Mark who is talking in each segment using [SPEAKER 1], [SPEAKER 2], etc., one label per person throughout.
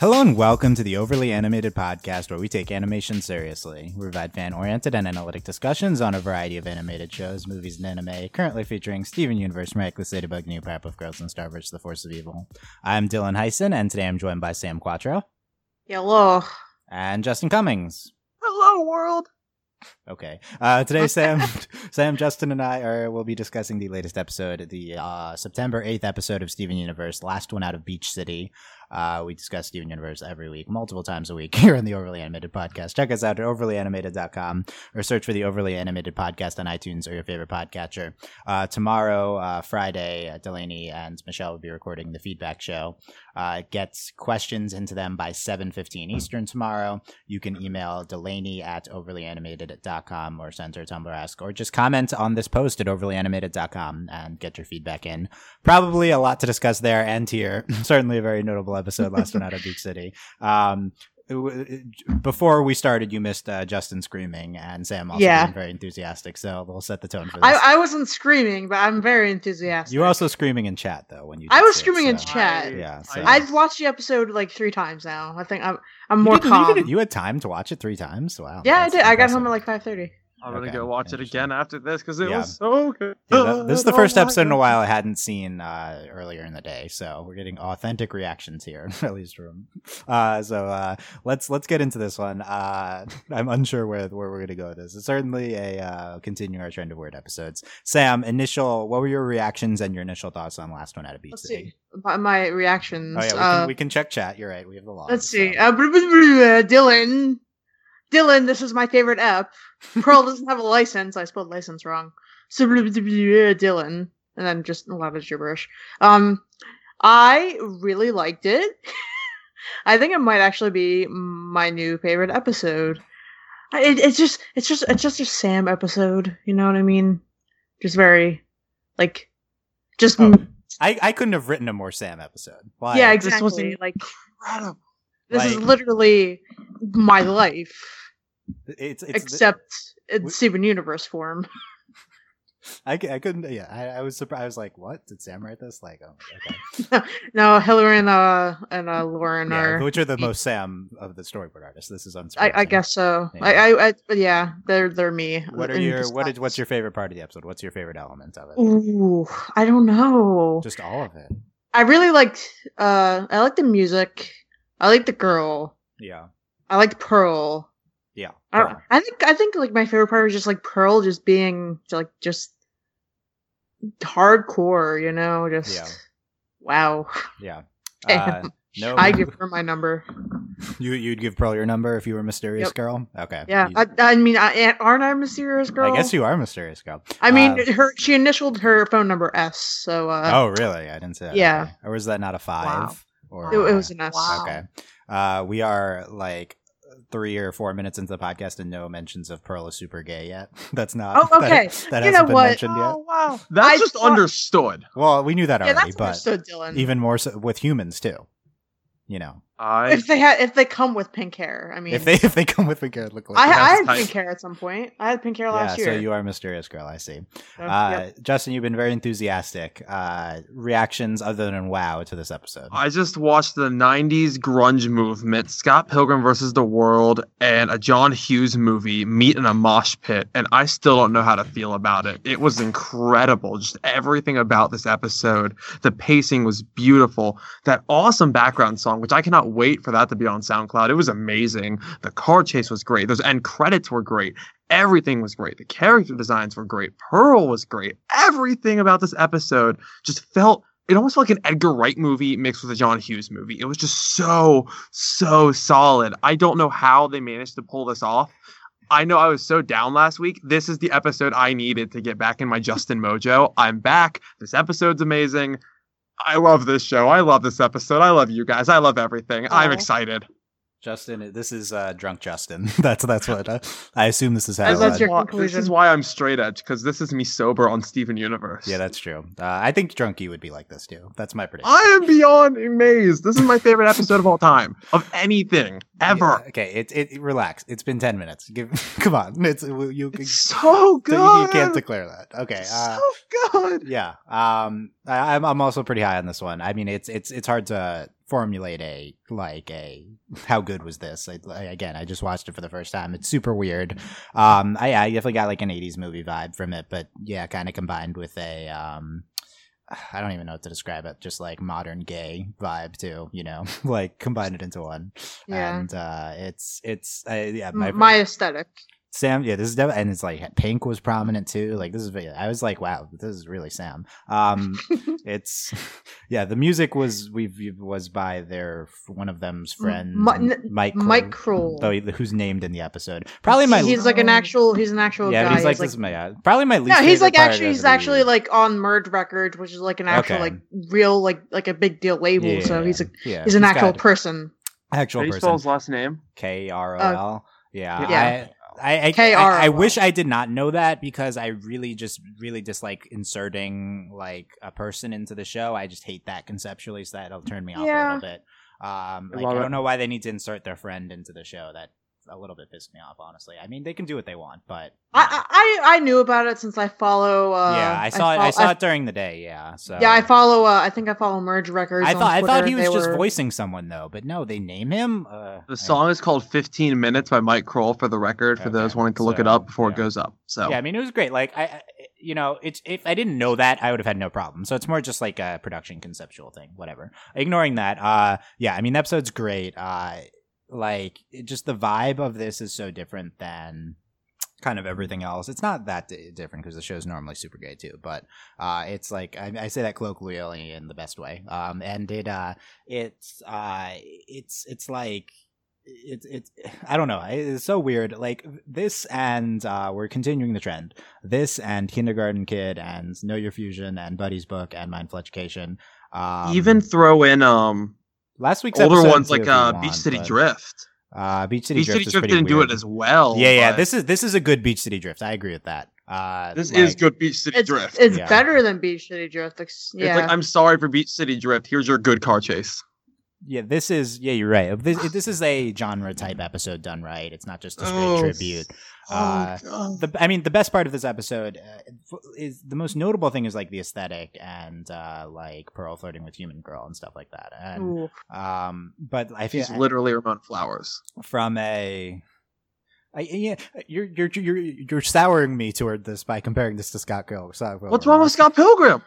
[SPEAKER 1] Hello and welcome to the Overly Animated Podcast, where we take animation seriously. We provide fan oriented and analytic discussions on a variety of animated shows, movies, and anime, currently featuring Steven Universe, Miraculous Ladybug, New Powerpuff Girls, and Starburst, The Force of Evil. I'm Dylan Heisen, and today I'm joined by Sam Quattro
[SPEAKER 2] Hello.
[SPEAKER 1] and Justin Cummings.
[SPEAKER 2] Hello, world.
[SPEAKER 1] Okay. Uh, today, Sam, Sam, Justin, and I are will be discussing the latest episode, the uh, September eighth episode of Steven Universe, last one out of Beach City. Uh, we discuss Steven Universe every week, multiple times a week here on the Overly Animated Podcast. Check us out at overlyanimated.com or search for the Overly Animated Podcast on iTunes or your favorite podcatcher. Uh, tomorrow, uh, Friday, uh, Delaney and Michelle will be recording the feedback show. Uh, get questions into them by 7.15 Eastern tomorrow you can email delaney at overlyanimated.com or send her a tumblr ask or just comment on this post at overlyanimated.com and get your feedback in probably a lot to discuss there and here certainly a very notable episode last one out of beach city um, it w- before we started you missed uh, justin screaming and sam also
[SPEAKER 2] Yeah.
[SPEAKER 1] being very enthusiastic so we'll set the tone for this
[SPEAKER 2] I, I wasn't screaming, but I'm very enthusiastic.
[SPEAKER 1] you were also screaming in chat though when you
[SPEAKER 2] I
[SPEAKER 1] did
[SPEAKER 2] was
[SPEAKER 1] see it,
[SPEAKER 2] screaming in
[SPEAKER 1] so-
[SPEAKER 2] chat.
[SPEAKER 1] yeah so-
[SPEAKER 2] I've watched the episode like three times now. I think I'm I'm
[SPEAKER 1] You
[SPEAKER 2] more
[SPEAKER 1] didn't- you
[SPEAKER 2] calm.
[SPEAKER 1] didn't- You, had time to watch it three times. Wow.
[SPEAKER 2] yeah, I
[SPEAKER 1] that's
[SPEAKER 2] did. I got
[SPEAKER 1] impressive.
[SPEAKER 2] home at like five thirty.
[SPEAKER 3] I'm gonna
[SPEAKER 1] Okay,
[SPEAKER 3] go watch it
[SPEAKER 1] interesting.
[SPEAKER 3] again after this because it
[SPEAKER 1] Yeah.
[SPEAKER 3] was so good.
[SPEAKER 1] Yeah, that- this is the
[SPEAKER 3] Oh
[SPEAKER 1] first
[SPEAKER 3] my
[SPEAKER 1] episode in a
[SPEAKER 3] God.
[SPEAKER 1] while I hadn't seen uh, earlier in the day, so we're getting authentic reactions here, at least from. Uh, so uh, let's let's get into this one. Uh, I'm unsure where where we're gonna go with this. It's certainly a uh, continuing our trend of weird episodes. Sam, initial, what were your reactions and your initial thoughts on last one out of Beat
[SPEAKER 2] Let's
[SPEAKER 1] City?
[SPEAKER 2] see about my reactions.
[SPEAKER 1] Oh yeah, we,
[SPEAKER 2] uh,
[SPEAKER 1] can, we can check chat. You're right. We have the log.
[SPEAKER 2] let's see.
[SPEAKER 1] so-
[SPEAKER 2] Uh, blah, blah, blah, blah, Dylan, Dylan, this is my favorite app. Pearl doesn't have a license. I spelled license wrong. So blah, blah, blah, blah, uh, Dylan, and then just a lot of gibberish. Um, I really liked it. I think it might actually be my new favorite episode. I- It, it's just, it's just, it's just a Sam episode. You know what I mean? Just very, like, just
[SPEAKER 1] Oh, I, I couldn't have written a more Sam episode. Why?
[SPEAKER 2] yeah,
[SPEAKER 3] this was
[SPEAKER 2] exactly. Like,
[SPEAKER 3] Incredible.
[SPEAKER 2] this is
[SPEAKER 1] Like-
[SPEAKER 2] literally my life
[SPEAKER 1] it's, it's
[SPEAKER 2] except in
[SPEAKER 1] we-
[SPEAKER 2] steven universe form
[SPEAKER 1] I, c- I couldn't. Yeah, I, I was surprised. I was like, "What did Sam write this?" Like, oh, okay.
[SPEAKER 2] no hillary and uh and uh lauren
[SPEAKER 1] yeah,
[SPEAKER 2] are
[SPEAKER 1] which are the most Sam of the storyboard artists. This is unsurprising.
[SPEAKER 2] I, I guess so
[SPEAKER 1] Yeah.
[SPEAKER 2] I, I i but yeah they're they're me
[SPEAKER 1] What are
[SPEAKER 2] in
[SPEAKER 1] your what is
[SPEAKER 2] disguise.
[SPEAKER 1] what's your favorite part of the episode? What's your favorite element of it?
[SPEAKER 2] Ooh, I don't know.
[SPEAKER 1] Just all of it.
[SPEAKER 2] I really liked. Uh, I like the music. I like the girl.
[SPEAKER 1] Yeah,
[SPEAKER 2] I liked Pearl.
[SPEAKER 1] yeah.
[SPEAKER 2] I, I think I think like my favorite part was just like Pearl just being like just hardcore, you know, just
[SPEAKER 1] Yeah.
[SPEAKER 2] wow.
[SPEAKER 1] yeah.
[SPEAKER 2] Damn.
[SPEAKER 1] Uh, no,
[SPEAKER 2] I give her my number.
[SPEAKER 1] you you'd give Pearl your number if you were mysterious
[SPEAKER 2] Yep.
[SPEAKER 1] girl. Okay.
[SPEAKER 2] Yeah,
[SPEAKER 1] You-
[SPEAKER 2] I, I mean, I, aren't I a mysterious girl?
[SPEAKER 1] I guess you are mysterious girl.
[SPEAKER 2] I mean,
[SPEAKER 1] uh,
[SPEAKER 2] her she initialed her phone number S, so uh,
[SPEAKER 1] oh, really? I didn't say that.
[SPEAKER 2] yeah.
[SPEAKER 1] Okay. Or was that not a five?
[SPEAKER 3] Wow.
[SPEAKER 1] Or
[SPEAKER 2] it, it
[SPEAKER 1] uh,
[SPEAKER 2] was an S.
[SPEAKER 3] Wow.
[SPEAKER 1] Okay. Uh, we are like three or four minutes into the podcast and no mentions of Pearl is super gay yet. That's not.
[SPEAKER 2] Oh,
[SPEAKER 1] that-
[SPEAKER 2] okay.
[SPEAKER 1] That,
[SPEAKER 2] You
[SPEAKER 1] hasn't
[SPEAKER 2] know
[SPEAKER 1] been
[SPEAKER 2] what?
[SPEAKER 1] mentioned yet.
[SPEAKER 3] Oh wow, that's
[SPEAKER 2] I
[SPEAKER 3] just
[SPEAKER 2] thought-
[SPEAKER 3] understood.
[SPEAKER 1] Well, we knew that
[SPEAKER 2] Yeah,
[SPEAKER 1] already,
[SPEAKER 2] that's
[SPEAKER 1] but
[SPEAKER 2] understood, Dylan.
[SPEAKER 1] even more so with humans too. You know,
[SPEAKER 3] I
[SPEAKER 2] if they had, if they come with pink hair, I mean,
[SPEAKER 1] if they if they come with we could look like
[SPEAKER 2] I,
[SPEAKER 3] That's
[SPEAKER 2] I had
[SPEAKER 3] tight.
[SPEAKER 2] pink hair at some point. I had pink hair
[SPEAKER 1] yeah,
[SPEAKER 2] last year.
[SPEAKER 1] so you are mysterious girl. I see.
[SPEAKER 2] So,
[SPEAKER 1] Uh,
[SPEAKER 2] yep.
[SPEAKER 1] Justin, you've been very enthusiastic. Uh, reactions other than wow to this episode.
[SPEAKER 3] I just watched the '90s grunge movement, Scott Pilgrim versus the World, and a John Hughes movie meet in a mosh pit, and I still don't know how to feel about it. It was incredible, just everything about this episode. The pacing was beautiful. That awesome background song, which I cannot wait for that to be on SoundCloud. It was amazing. The car chase was great. Those end credits were great. Everything was great. The character designs were great. Pearl was great. Everything about this episode just felt it almost felt like an Edgar Wright movie mixed with a John Hughes movie. It was just so, so solid. I don't know how they managed to pull this off. I know I was so down last week. This is the episode I needed to get back in my Justin Mojo. I'm back. This episode's amazing. I love this show. I love this episode. I love you guys. I love everything. I'm
[SPEAKER 2] Aw.
[SPEAKER 3] excited.
[SPEAKER 1] Justin, this is uh, drunk Justin. that's that's what uh, I assume this is how.
[SPEAKER 2] Is that
[SPEAKER 1] uh,
[SPEAKER 2] your
[SPEAKER 3] Why- This
[SPEAKER 2] conclusion?
[SPEAKER 3] is why I'm straight edge because this is me sober on Steven Universe.
[SPEAKER 1] Yeah, that's true. Uh, I think Drunky would be like this too. That's my prediction.
[SPEAKER 3] I am beyond amazed. This is my favorite episode of all time of anything ever.
[SPEAKER 1] Yeah, okay, it, it relax. It's been ten minutes. Give, come on, it's you.
[SPEAKER 3] It's so
[SPEAKER 1] you-
[SPEAKER 3] good.
[SPEAKER 1] You can't declare that. Okay. Uh,
[SPEAKER 3] so good.
[SPEAKER 1] yeah. Um, I, I'm I'm also pretty high on this one. I mean, it's it's it's hard to formulate a like a how good was this? I, I- again, I just watched it for the first time. It's super weird. Um, I, I definitely got like an '80s movie vibe from it, but yeah, kind of combined with a um, I don't even know what to describe it. Just like modern gay vibe too, you know, like combine it into one.
[SPEAKER 2] Yeah.
[SPEAKER 1] And uh, it's it's uh, yeah,
[SPEAKER 2] my,
[SPEAKER 1] my,
[SPEAKER 2] aesthetic.
[SPEAKER 1] Sam, yeah, this is definitely, and it's like Pink was prominent too. Like this is, I was like, wow, this is really Sam. Um, it's, yeah, the music was we was by their one of them's friend
[SPEAKER 2] Mi- n-
[SPEAKER 1] Mike
[SPEAKER 2] Mike
[SPEAKER 1] Crow,
[SPEAKER 2] Kroll.
[SPEAKER 1] though, who's named in the episode. Probably my,
[SPEAKER 2] he's like an actual. He's an actual
[SPEAKER 1] yeah,
[SPEAKER 2] guy.
[SPEAKER 1] but he's like, this is my, yeah, probably my least.
[SPEAKER 2] no, he's
[SPEAKER 1] favorite
[SPEAKER 2] like
[SPEAKER 1] part
[SPEAKER 2] actually.
[SPEAKER 1] of
[SPEAKER 2] He's
[SPEAKER 1] the-
[SPEAKER 2] actually like on Merge Records, which is like an actual
[SPEAKER 1] Okay.
[SPEAKER 2] like real like like a big deal label.
[SPEAKER 1] yeah,
[SPEAKER 2] so he's a
[SPEAKER 1] yeah,
[SPEAKER 2] he's an actual
[SPEAKER 1] got
[SPEAKER 2] person.
[SPEAKER 1] actual
[SPEAKER 3] How do you spell
[SPEAKER 1] person.
[SPEAKER 3] his last name?
[SPEAKER 1] K R O L. Yeah,
[SPEAKER 2] Oh, Yeah.
[SPEAKER 1] I, I, I,
[SPEAKER 2] KROL.
[SPEAKER 1] I wish I did not know that because I really just really dislike inserting like a person into the show. I just hate that conceptually, so that'll turn me off a
[SPEAKER 2] Yeah.
[SPEAKER 1] little bit. Um,
[SPEAKER 3] I
[SPEAKER 1] like,
[SPEAKER 3] love
[SPEAKER 1] I
[SPEAKER 3] it.
[SPEAKER 1] don't know why they need to insert their friend into the show. That a little bit pissed me off, honestly. I mean, they can do what they want, but
[SPEAKER 2] I, I I knew about it since I follow. Uh,
[SPEAKER 1] yeah, I saw it.
[SPEAKER 2] fol-
[SPEAKER 1] I saw it during the day. Yeah, so
[SPEAKER 2] Yeah, I follow. Uh, I think I follow Merge Records.
[SPEAKER 1] I
[SPEAKER 2] on
[SPEAKER 1] thought I thought
[SPEAKER 2] Twitter.
[SPEAKER 1] he was
[SPEAKER 2] They
[SPEAKER 1] just
[SPEAKER 2] were-
[SPEAKER 1] voicing someone though, but no, they name him. Uh, I-
[SPEAKER 3] The song is called 15 Minutes by Mike Kroll for the record, for
[SPEAKER 1] Okay,
[SPEAKER 3] those wanting to look it
[SPEAKER 1] so,
[SPEAKER 3] up before
[SPEAKER 1] yeah.
[SPEAKER 3] it goes up. So
[SPEAKER 1] Yeah, I mean it was great. Like I, I- you know, it's if I didn't know that, I would have had no problem. So it's more just like a production conceptual thing, whatever. Ignoring that, uh, yeah, I mean the episode's great. Uh, like it, just the vibe of this is so different than kind of everything else. It's not that di- different because the show's normally super gay too, but uh, it's like I, I say that colloquially in the best way. Um, and it uh, it's uh, it's it's like it's it's I don't know. It's so weird. Like this, and uh, we're continuing the trend. This and Kindergarten Kid and Know Your Fusion and Buddy's Book and Mindful Education. Um,
[SPEAKER 3] even throw in um
[SPEAKER 1] last week's
[SPEAKER 3] older
[SPEAKER 1] episode
[SPEAKER 3] ones
[SPEAKER 1] too,
[SPEAKER 3] like
[SPEAKER 1] if you
[SPEAKER 3] uh,
[SPEAKER 1] want,
[SPEAKER 3] Beach City
[SPEAKER 1] but,
[SPEAKER 3] Drift.
[SPEAKER 1] Uh, Beach City
[SPEAKER 3] Beach
[SPEAKER 1] Drift
[SPEAKER 3] City
[SPEAKER 1] is
[SPEAKER 3] Drift
[SPEAKER 1] pretty
[SPEAKER 3] didn't do
[SPEAKER 1] weird.
[SPEAKER 3] it as well.
[SPEAKER 1] yeah, yeah.
[SPEAKER 3] but
[SPEAKER 1] This is this is a good Beach City Drift. I agree with that. Uh,
[SPEAKER 3] this
[SPEAKER 1] like-
[SPEAKER 3] is good Beach City
[SPEAKER 2] It's
[SPEAKER 3] Drift.
[SPEAKER 2] it's
[SPEAKER 1] Yeah.
[SPEAKER 2] better than Beach City Drift. It's, yeah,
[SPEAKER 3] It's like I'm sorry for Beach City Drift. Here's your good car chase.
[SPEAKER 1] Yeah, this is yeah. You're right. This this is a genre type episode done right. It's not just a straight
[SPEAKER 3] Oh.
[SPEAKER 1] tribute. Uh,
[SPEAKER 3] God.
[SPEAKER 1] the I mean the best part of this episode uh, is the most notable thing is like the aesthetic and uh, like Pearl flirting with human girl and stuff like that. And
[SPEAKER 2] Ooh.
[SPEAKER 1] um, but I feel
[SPEAKER 3] She's literally Ramon Flowers.
[SPEAKER 1] from a I, yeah, you're, you're you're you're souring me toward this by comparing this to Scott Gil- Scott Pilgrim.
[SPEAKER 3] What's wrong with Scott Pilgrim?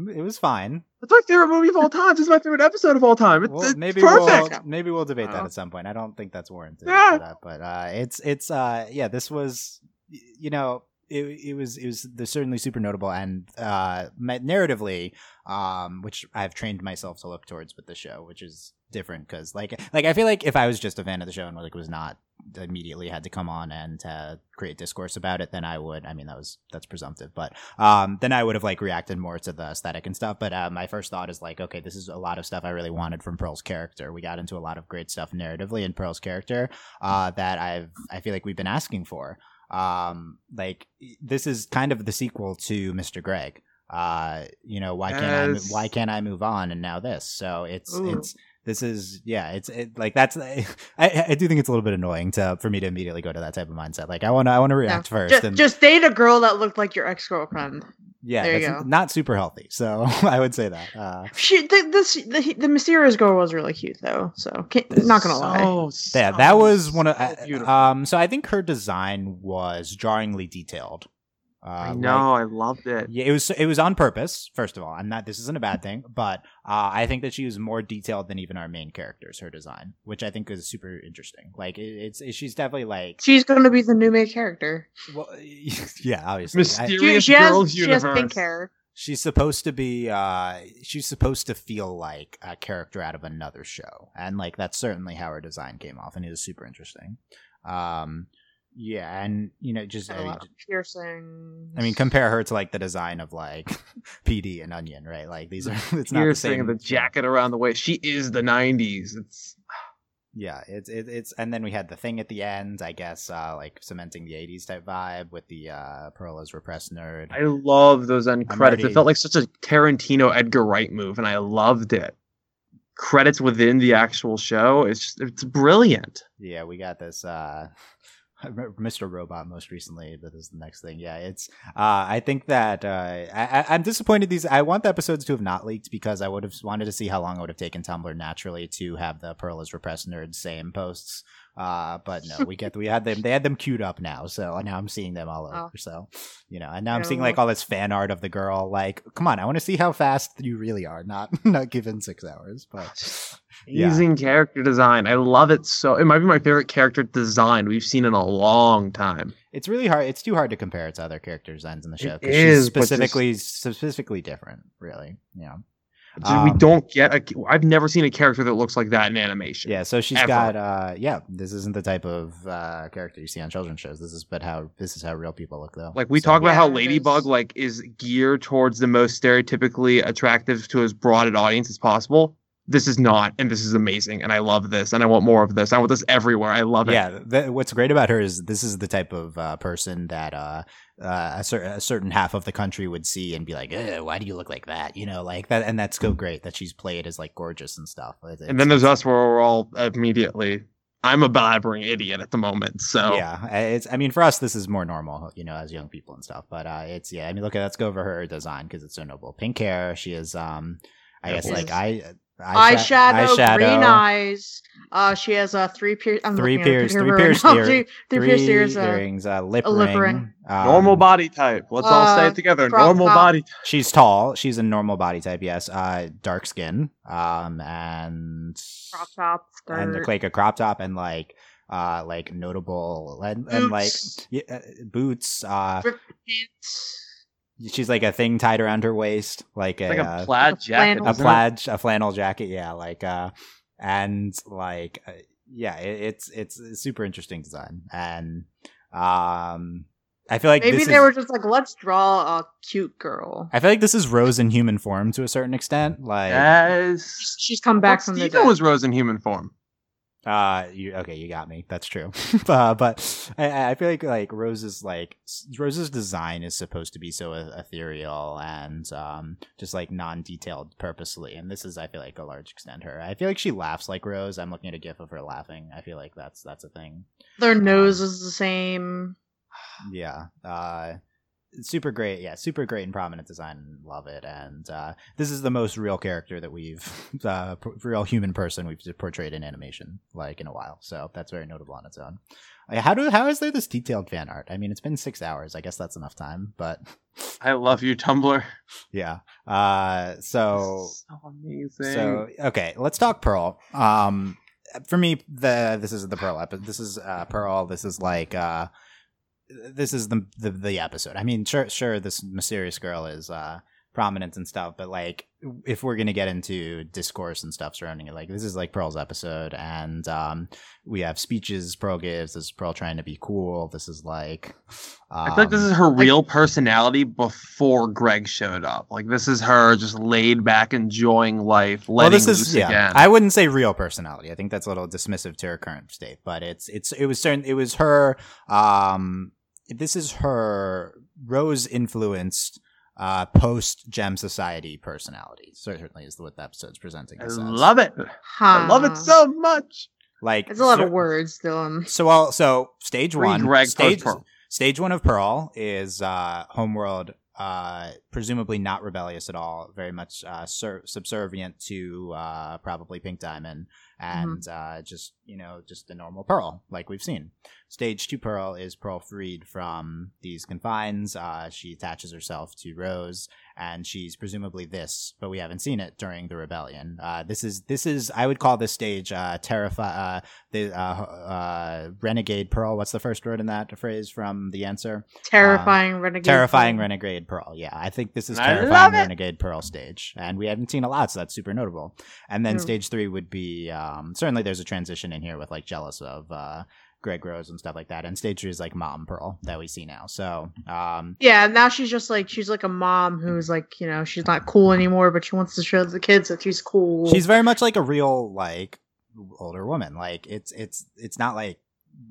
[SPEAKER 1] It was fine.
[SPEAKER 3] It's my favorite movie of all time. This is my favorite episode of all time. It's,
[SPEAKER 1] Well,
[SPEAKER 3] it's
[SPEAKER 1] maybe
[SPEAKER 3] perfect.
[SPEAKER 1] We'll, maybe we'll debate that
[SPEAKER 3] Oh.
[SPEAKER 1] at some point. I don't think that's warranted.
[SPEAKER 3] Yeah.
[SPEAKER 1] for that, but uh, it's it's uh, yeah. This was y- you know it, it was it was the, certainly super notable and uh, ma- narratively, um, which I've trained myself to look towards with the show, which is different because like like I feel like if I was just a fan of the show and like was not immediately had to come on and uh, create discourse about it then i would i mean that was that's presumptive but um then i would have like reacted more to the aesthetic and stuff but uh, my first thought is like okay this is a lot of stuff i really wanted from pearl's character we got into a lot of great stuff narratively in pearl's character uh that i've i feel like we've been asking for um like this is kind of the sequel to mr greg uh you know why can't i mo-
[SPEAKER 3] Yes.
[SPEAKER 1] why can't i move on and now this so it's
[SPEAKER 2] Ooh.
[SPEAKER 1] it's this is yeah it's it, like that's I, I do think it's a little bit annoying to for me to immediately go to that type of mindset like i want to i want to react first
[SPEAKER 2] just,
[SPEAKER 1] and
[SPEAKER 2] just date a girl that looked like your ex girlfriend.
[SPEAKER 1] yeah
[SPEAKER 2] there you
[SPEAKER 1] that's
[SPEAKER 2] go.
[SPEAKER 1] not super healthy so i would say that uh
[SPEAKER 2] She the, this the the mysterious girl was really cute though. So can't, not gonna lie.
[SPEAKER 3] Oh, So,
[SPEAKER 1] yeah that was one of
[SPEAKER 3] so
[SPEAKER 1] I-
[SPEAKER 3] beautiful.
[SPEAKER 1] um so i think her design was jarringly detailed uh
[SPEAKER 3] I
[SPEAKER 1] like-
[SPEAKER 3] know. I loved it.
[SPEAKER 1] Yeah, it was it was on purpose. First of all, I'm not. This isn't a bad thing, but uh, I think that she was more detailed than even our main characters. Her design, which I think is super interesting. Like it, it's it, she's definitely like
[SPEAKER 2] She's gonna be the new main character.
[SPEAKER 1] well, yeah, obviously. I-
[SPEAKER 2] She,
[SPEAKER 3] Mysterious
[SPEAKER 2] she has
[SPEAKER 3] Girls
[SPEAKER 2] she has
[SPEAKER 3] Universe.
[SPEAKER 2] pink hair.
[SPEAKER 1] she's supposed to be uh she's supposed to feel like a character out of another show and like that's certainly how her design came off and it was super interesting um yeah and you know just
[SPEAKER 2] Got
[SPEAKER 1] I
[SPEAKER 2] a
[SPEAKER 1] mean,
[SPEAKER 2] lot of uh, piercings.
[SPEAKER 1] I mean, compare her to like the design of like PD and Onion, right? Like these are it's not the
[SPEAKER 3] Piercing
[SPEAKER 1] same.
[SPEAKER 3] the jacket around the waist. She is the '90s. It's
[SPEAKER 1] Yeah, it's it, it's and then we had the thing at the end, I guess, uh like cementing the '80s type vibe with the uh Pearla's repressed nerd.
[SPEAKER 3] I love those end
[SPEAKER 1] I'm
[SPEAKER 3] credits.
[SPEAKER 1] already-
[SPEAKER 3] It felt like such a Tarantino Edgar Wright move, and I loved it. Credits within the actual show. It's just, it's brilliant.
[SPEAKER 1] Yeah, we got this uh I remember Mr. Robot most recently, but this is the next thing. Yeah, it's. Uh, I think that uh, I, I, I'm disappointed. These I want the episodes to have not leaked because I would have wanted to see how long it would have taken Tumblr naturally to have the Pearl is repressed nerd same posts. Uh, but no, we get we had them. They had them queued up now, so now I'm seeing them all
[SPEAKER 2] Oh.
[SPEAKER 1] over. So, you know, and now I'm
[SPEAKER 2] Yeah,
[SPEAKER 1] seeing
[SPEAKER 2] well-
[SPEAKER 1] like all this fan art of the girl. Like, come on, I want to see how fast you really are. Not not given six hours, but Yeah.
[SPEAKER 3] Amazing character design. I love it so. It might be my favorite character design we've seen in a long time.
[SPEAKER 1] it's really hard. It's too hard to compare it to other character designs in the show.
[SPEAKER 3] It
[SPEAKER 1] 'cause she's
[SPEAKER 3] is, but just-
[SPEAKER 1] specifically specifically different. Really, yeah.
[SPEAKER 3] Dude, we
[SPEAKER 1] Um,
[SPEAKER 3] don't get. A, I've never seen a character that looks like that in animation.
[SPEAKER 1] Yeah, so she's
[SPEAKER 3] Ever.
[SPEAKER 1] got uh yeah, this isn't the type of uh character you see on children's shows. This is but how this is how real people look though.
[SPEAKER 3] Like we
[SPEAKER 1] So-
[SPEAKER 3] talk about how
[SPEAKER 2] Yeah, it
[SPEAKER 3] Ladybug
[SPEAKER 2] is.
[SPEAKER 3] like is geared towards the most stereotypically attractive to as broad an audience as possible. This is not, and this is amazing, and I love this, and I want more of this. I want this everywhere. I love it.
[SPEAKER 1] Yeah, th- what's great about her is this is the type of uh, person that uh, uh, a, cer- a certain half of the country would see and be like, "Ugh, "Why do you look like that?" You know, like that, and that's so great that she's played as like gorgeous and stuff. It's-
[SPEAKER 3] Hmm. And then there's us where we're all immediately. I'm a blabbering idiot at the moment, so
[SPEAKER 1] Yeah, I- it's. I mean, for us, this is more normal, you know, as young people and stuff. But uh, it's yeah. I mean, look at let's go over her design because it's so noble. Pink hair. She is. Um, I
[SPEAKER 3] Yeah,
[SPEAKER 1] guess
[SPEAKER 2] yes.
[SPEAKER 1] like I.
[SPEAKER 2] eyeshadow,
[SPEAKER 1] eyeshadow,
[SPEAKER 2] green eyes. Uh, she has a three pierce. I'm
[SPEAKER 1] Three
[SPEAKER 2] looking at a
[SPEAKER 1] pierce-
[SPEAKER 2] picture of
[SPEAKER 1] three
[SPEAKER 2] her
[SPEAKER 1] pierce
[SPEAKER 2] now.
[SPEAKER 1] ear-
[SPEAKER 2] three, three pierce ears. Uh,
[SPEAKER 1] earrings, uh, lip,
[SPEAKER 2] a lip
[SPEAKER 1] ring.
[SPEAKER 2] ring.
[SPEAKER 1] um,
[SPEAKER 3] normal body type. Let's all say
[SPEAKER 2] uh,
[SPEAKER 3] it together.
[SPEAKER 2] crop
[SPEAKER 3] Normal
[SPEAKER 2] top.
[SPEAKER 3] body. Type.
[SPEAKER 1] She's tall. She's a normal body type. Yes. Uh, dark skin. Um, and
[SPEAKER 2] crop top. Skirt.
[SPEAKER 1] and like a crop top and like uh like notable and, and like
[SPEAKER 2] Boots.
[SPEAKER 1] yeah, uh, boots. Uh,
[SPEAKER 2] ripped pants.
[SPEAKER 1] she's like a thing tied around her waist, like a
[SPEAKER 3] It's like
[SPEAKER 1] uh,
[SPEAKER 3] a plaid
[SPEAKER 2] a
[SPEAKER 3] jacket.
[SPEAKER 2] flannel.
[SPEAKER 1] a
[SPEAKER 3] isn't it?
[SPEAKER 1] plaid a flannel jacket yeah like uh and like uh, yeah it, it's it's a super interesting design and um i feel like
[SPEAKER 2] Maybe
[SPEAKER 1] this
[SPEAKER 2] they
[SPEAKER 1] is,
[SPEAKER 2] were just like, let's draw a cute girl.
[SPEAKER 1] i feel like this is rose in human form to a certain extent like
[SPEAKER 3] Yes.
[SPEAKER 2] She's come back
[SPEAKER 3] Well,
[SPEAKER 2] from the
[SPEAKER 3] Steven
[SPEAKER 2] dead.
[SPEAKER 3] was Rose in human form.
[SPEAKER 1] uh you okay you got me that's true uh, but I, I feel like like rose's like s- rose's design is supposed to be so eth- ethereal and um just like non-detailed purposely and this is i feel like a large extent her i feel like she laughs like rose i'm looking at a gif of her laughing i feel like that's that's a thing
[SPEAKER 2] Their nose is the same.
[SPEAKER 1] yeah uh super great yeah super great and prominent design love it and uh this is the most real character that we've uh p- real human person we've portrayed in animation like in a while so that's very notable on its own Uh, how do how is there this detailed fan art i mean it's been six hours i guess that's enough time but
[SPEAKER 3] I love you, Tumblr.
[SPEAKER 1] yeah uh so
[SPEAKER 3] This is so amazing.
[SPEAKER 1] so okay, let's talk Pearl. Um, for me, the this is the Pearl episode. This is uh, Pearl. This is like uh, this is the, the the episode. I mean, sure, sure, this mysterious girl is uh prominent and stuff, but like if we're gonna get into discourse and stuff surrounding it, like this is like Pearl's episode, and um, we have speeches Pearl gives. This is Pearl trying to be cool. This is like, um,
[SPEAKER 3] I feel like this is her real personality before Greg showed up. Like this is her just laid back, enjoying life, letting
[SPEAKER 1] well, this
[SPEAKER 3] loose
[SPEAKER 1] is yeah.
[SPEAKER 3] again.
[SPEAKER 1] I wouldn't say real personality. I think that's a little dismissive to her current state, but it's it's it was certain it was her. Um, this is her Rose influenced uh post Gem Society personality. Certainly is what the episode's presenting.
[SPEAKER 3] I
[SPEAKER 1] us as.
[SPEAKER 3] love it.
[SPEAKER 2] Huh.
[SPEAKER 3] I love it so much.
[SPEAKER 1] Like
[SPEAKER 2] It's a lot
[SPEAKER 1] so,
[SPEAKER 2] of words, Dylan.
[SPEAKER 1] So I'll, so stage
[SPEAKER 3] Free
[SPEAKER 1] one,
[SPEAKER 3] Greg
[SPEAKER 1] stage
[SPEAKER 3] Stage Pearl.
[SPEAKER 1] stage one of Pearl is uh homeworld. Uh, presumably not rebellious at all. Very much uh, sur- subservient to uh, probably Pink Diamond, and uh, just you know just the normal Pearl like we've seen. Stage two Pearl is Pearl freed from these confines. Uh, she attaches herself to Rose, and she's presumably this, but we haven't seen it during the rebellion. Uh, this is this is I would call this stage uh, terrify uh, the uh, uh, renegade Pearl. What's the first word in that phrase from the answer?
[SPEAKER 2] Terrifying renegade.
[SPEAKER 1] Terrifying
[SPEAKER 2] Pearl.
[SPEAKER 1] renegade Pearl. Yeah, I think this is
[SPEAKER 3] I
[SPEAKER 1] terrifying
[SPEAKER 3] love it.
[SPEAKER 1] renegade Pearl stage, and we haven't seen a lot, so that's super notable. And then
[SPEAKER 3] Hmm.
[SPEAKER 2] Yeah.
[SPEAKER 1] stage three would be um, certainly there's a transition in here with like jealous of. Uh, Greg Rose and stuff like that, and stage three is like mom Pearl that we see now. So, um,
[SPEAKER 2] Yeah, now she's just like she's like a mom who's like you know she's not cool anymore, but she wants to show the kids that she's cool.
[SPEAKER 1] She's very much like a real like older woman. Like it's it's it's not like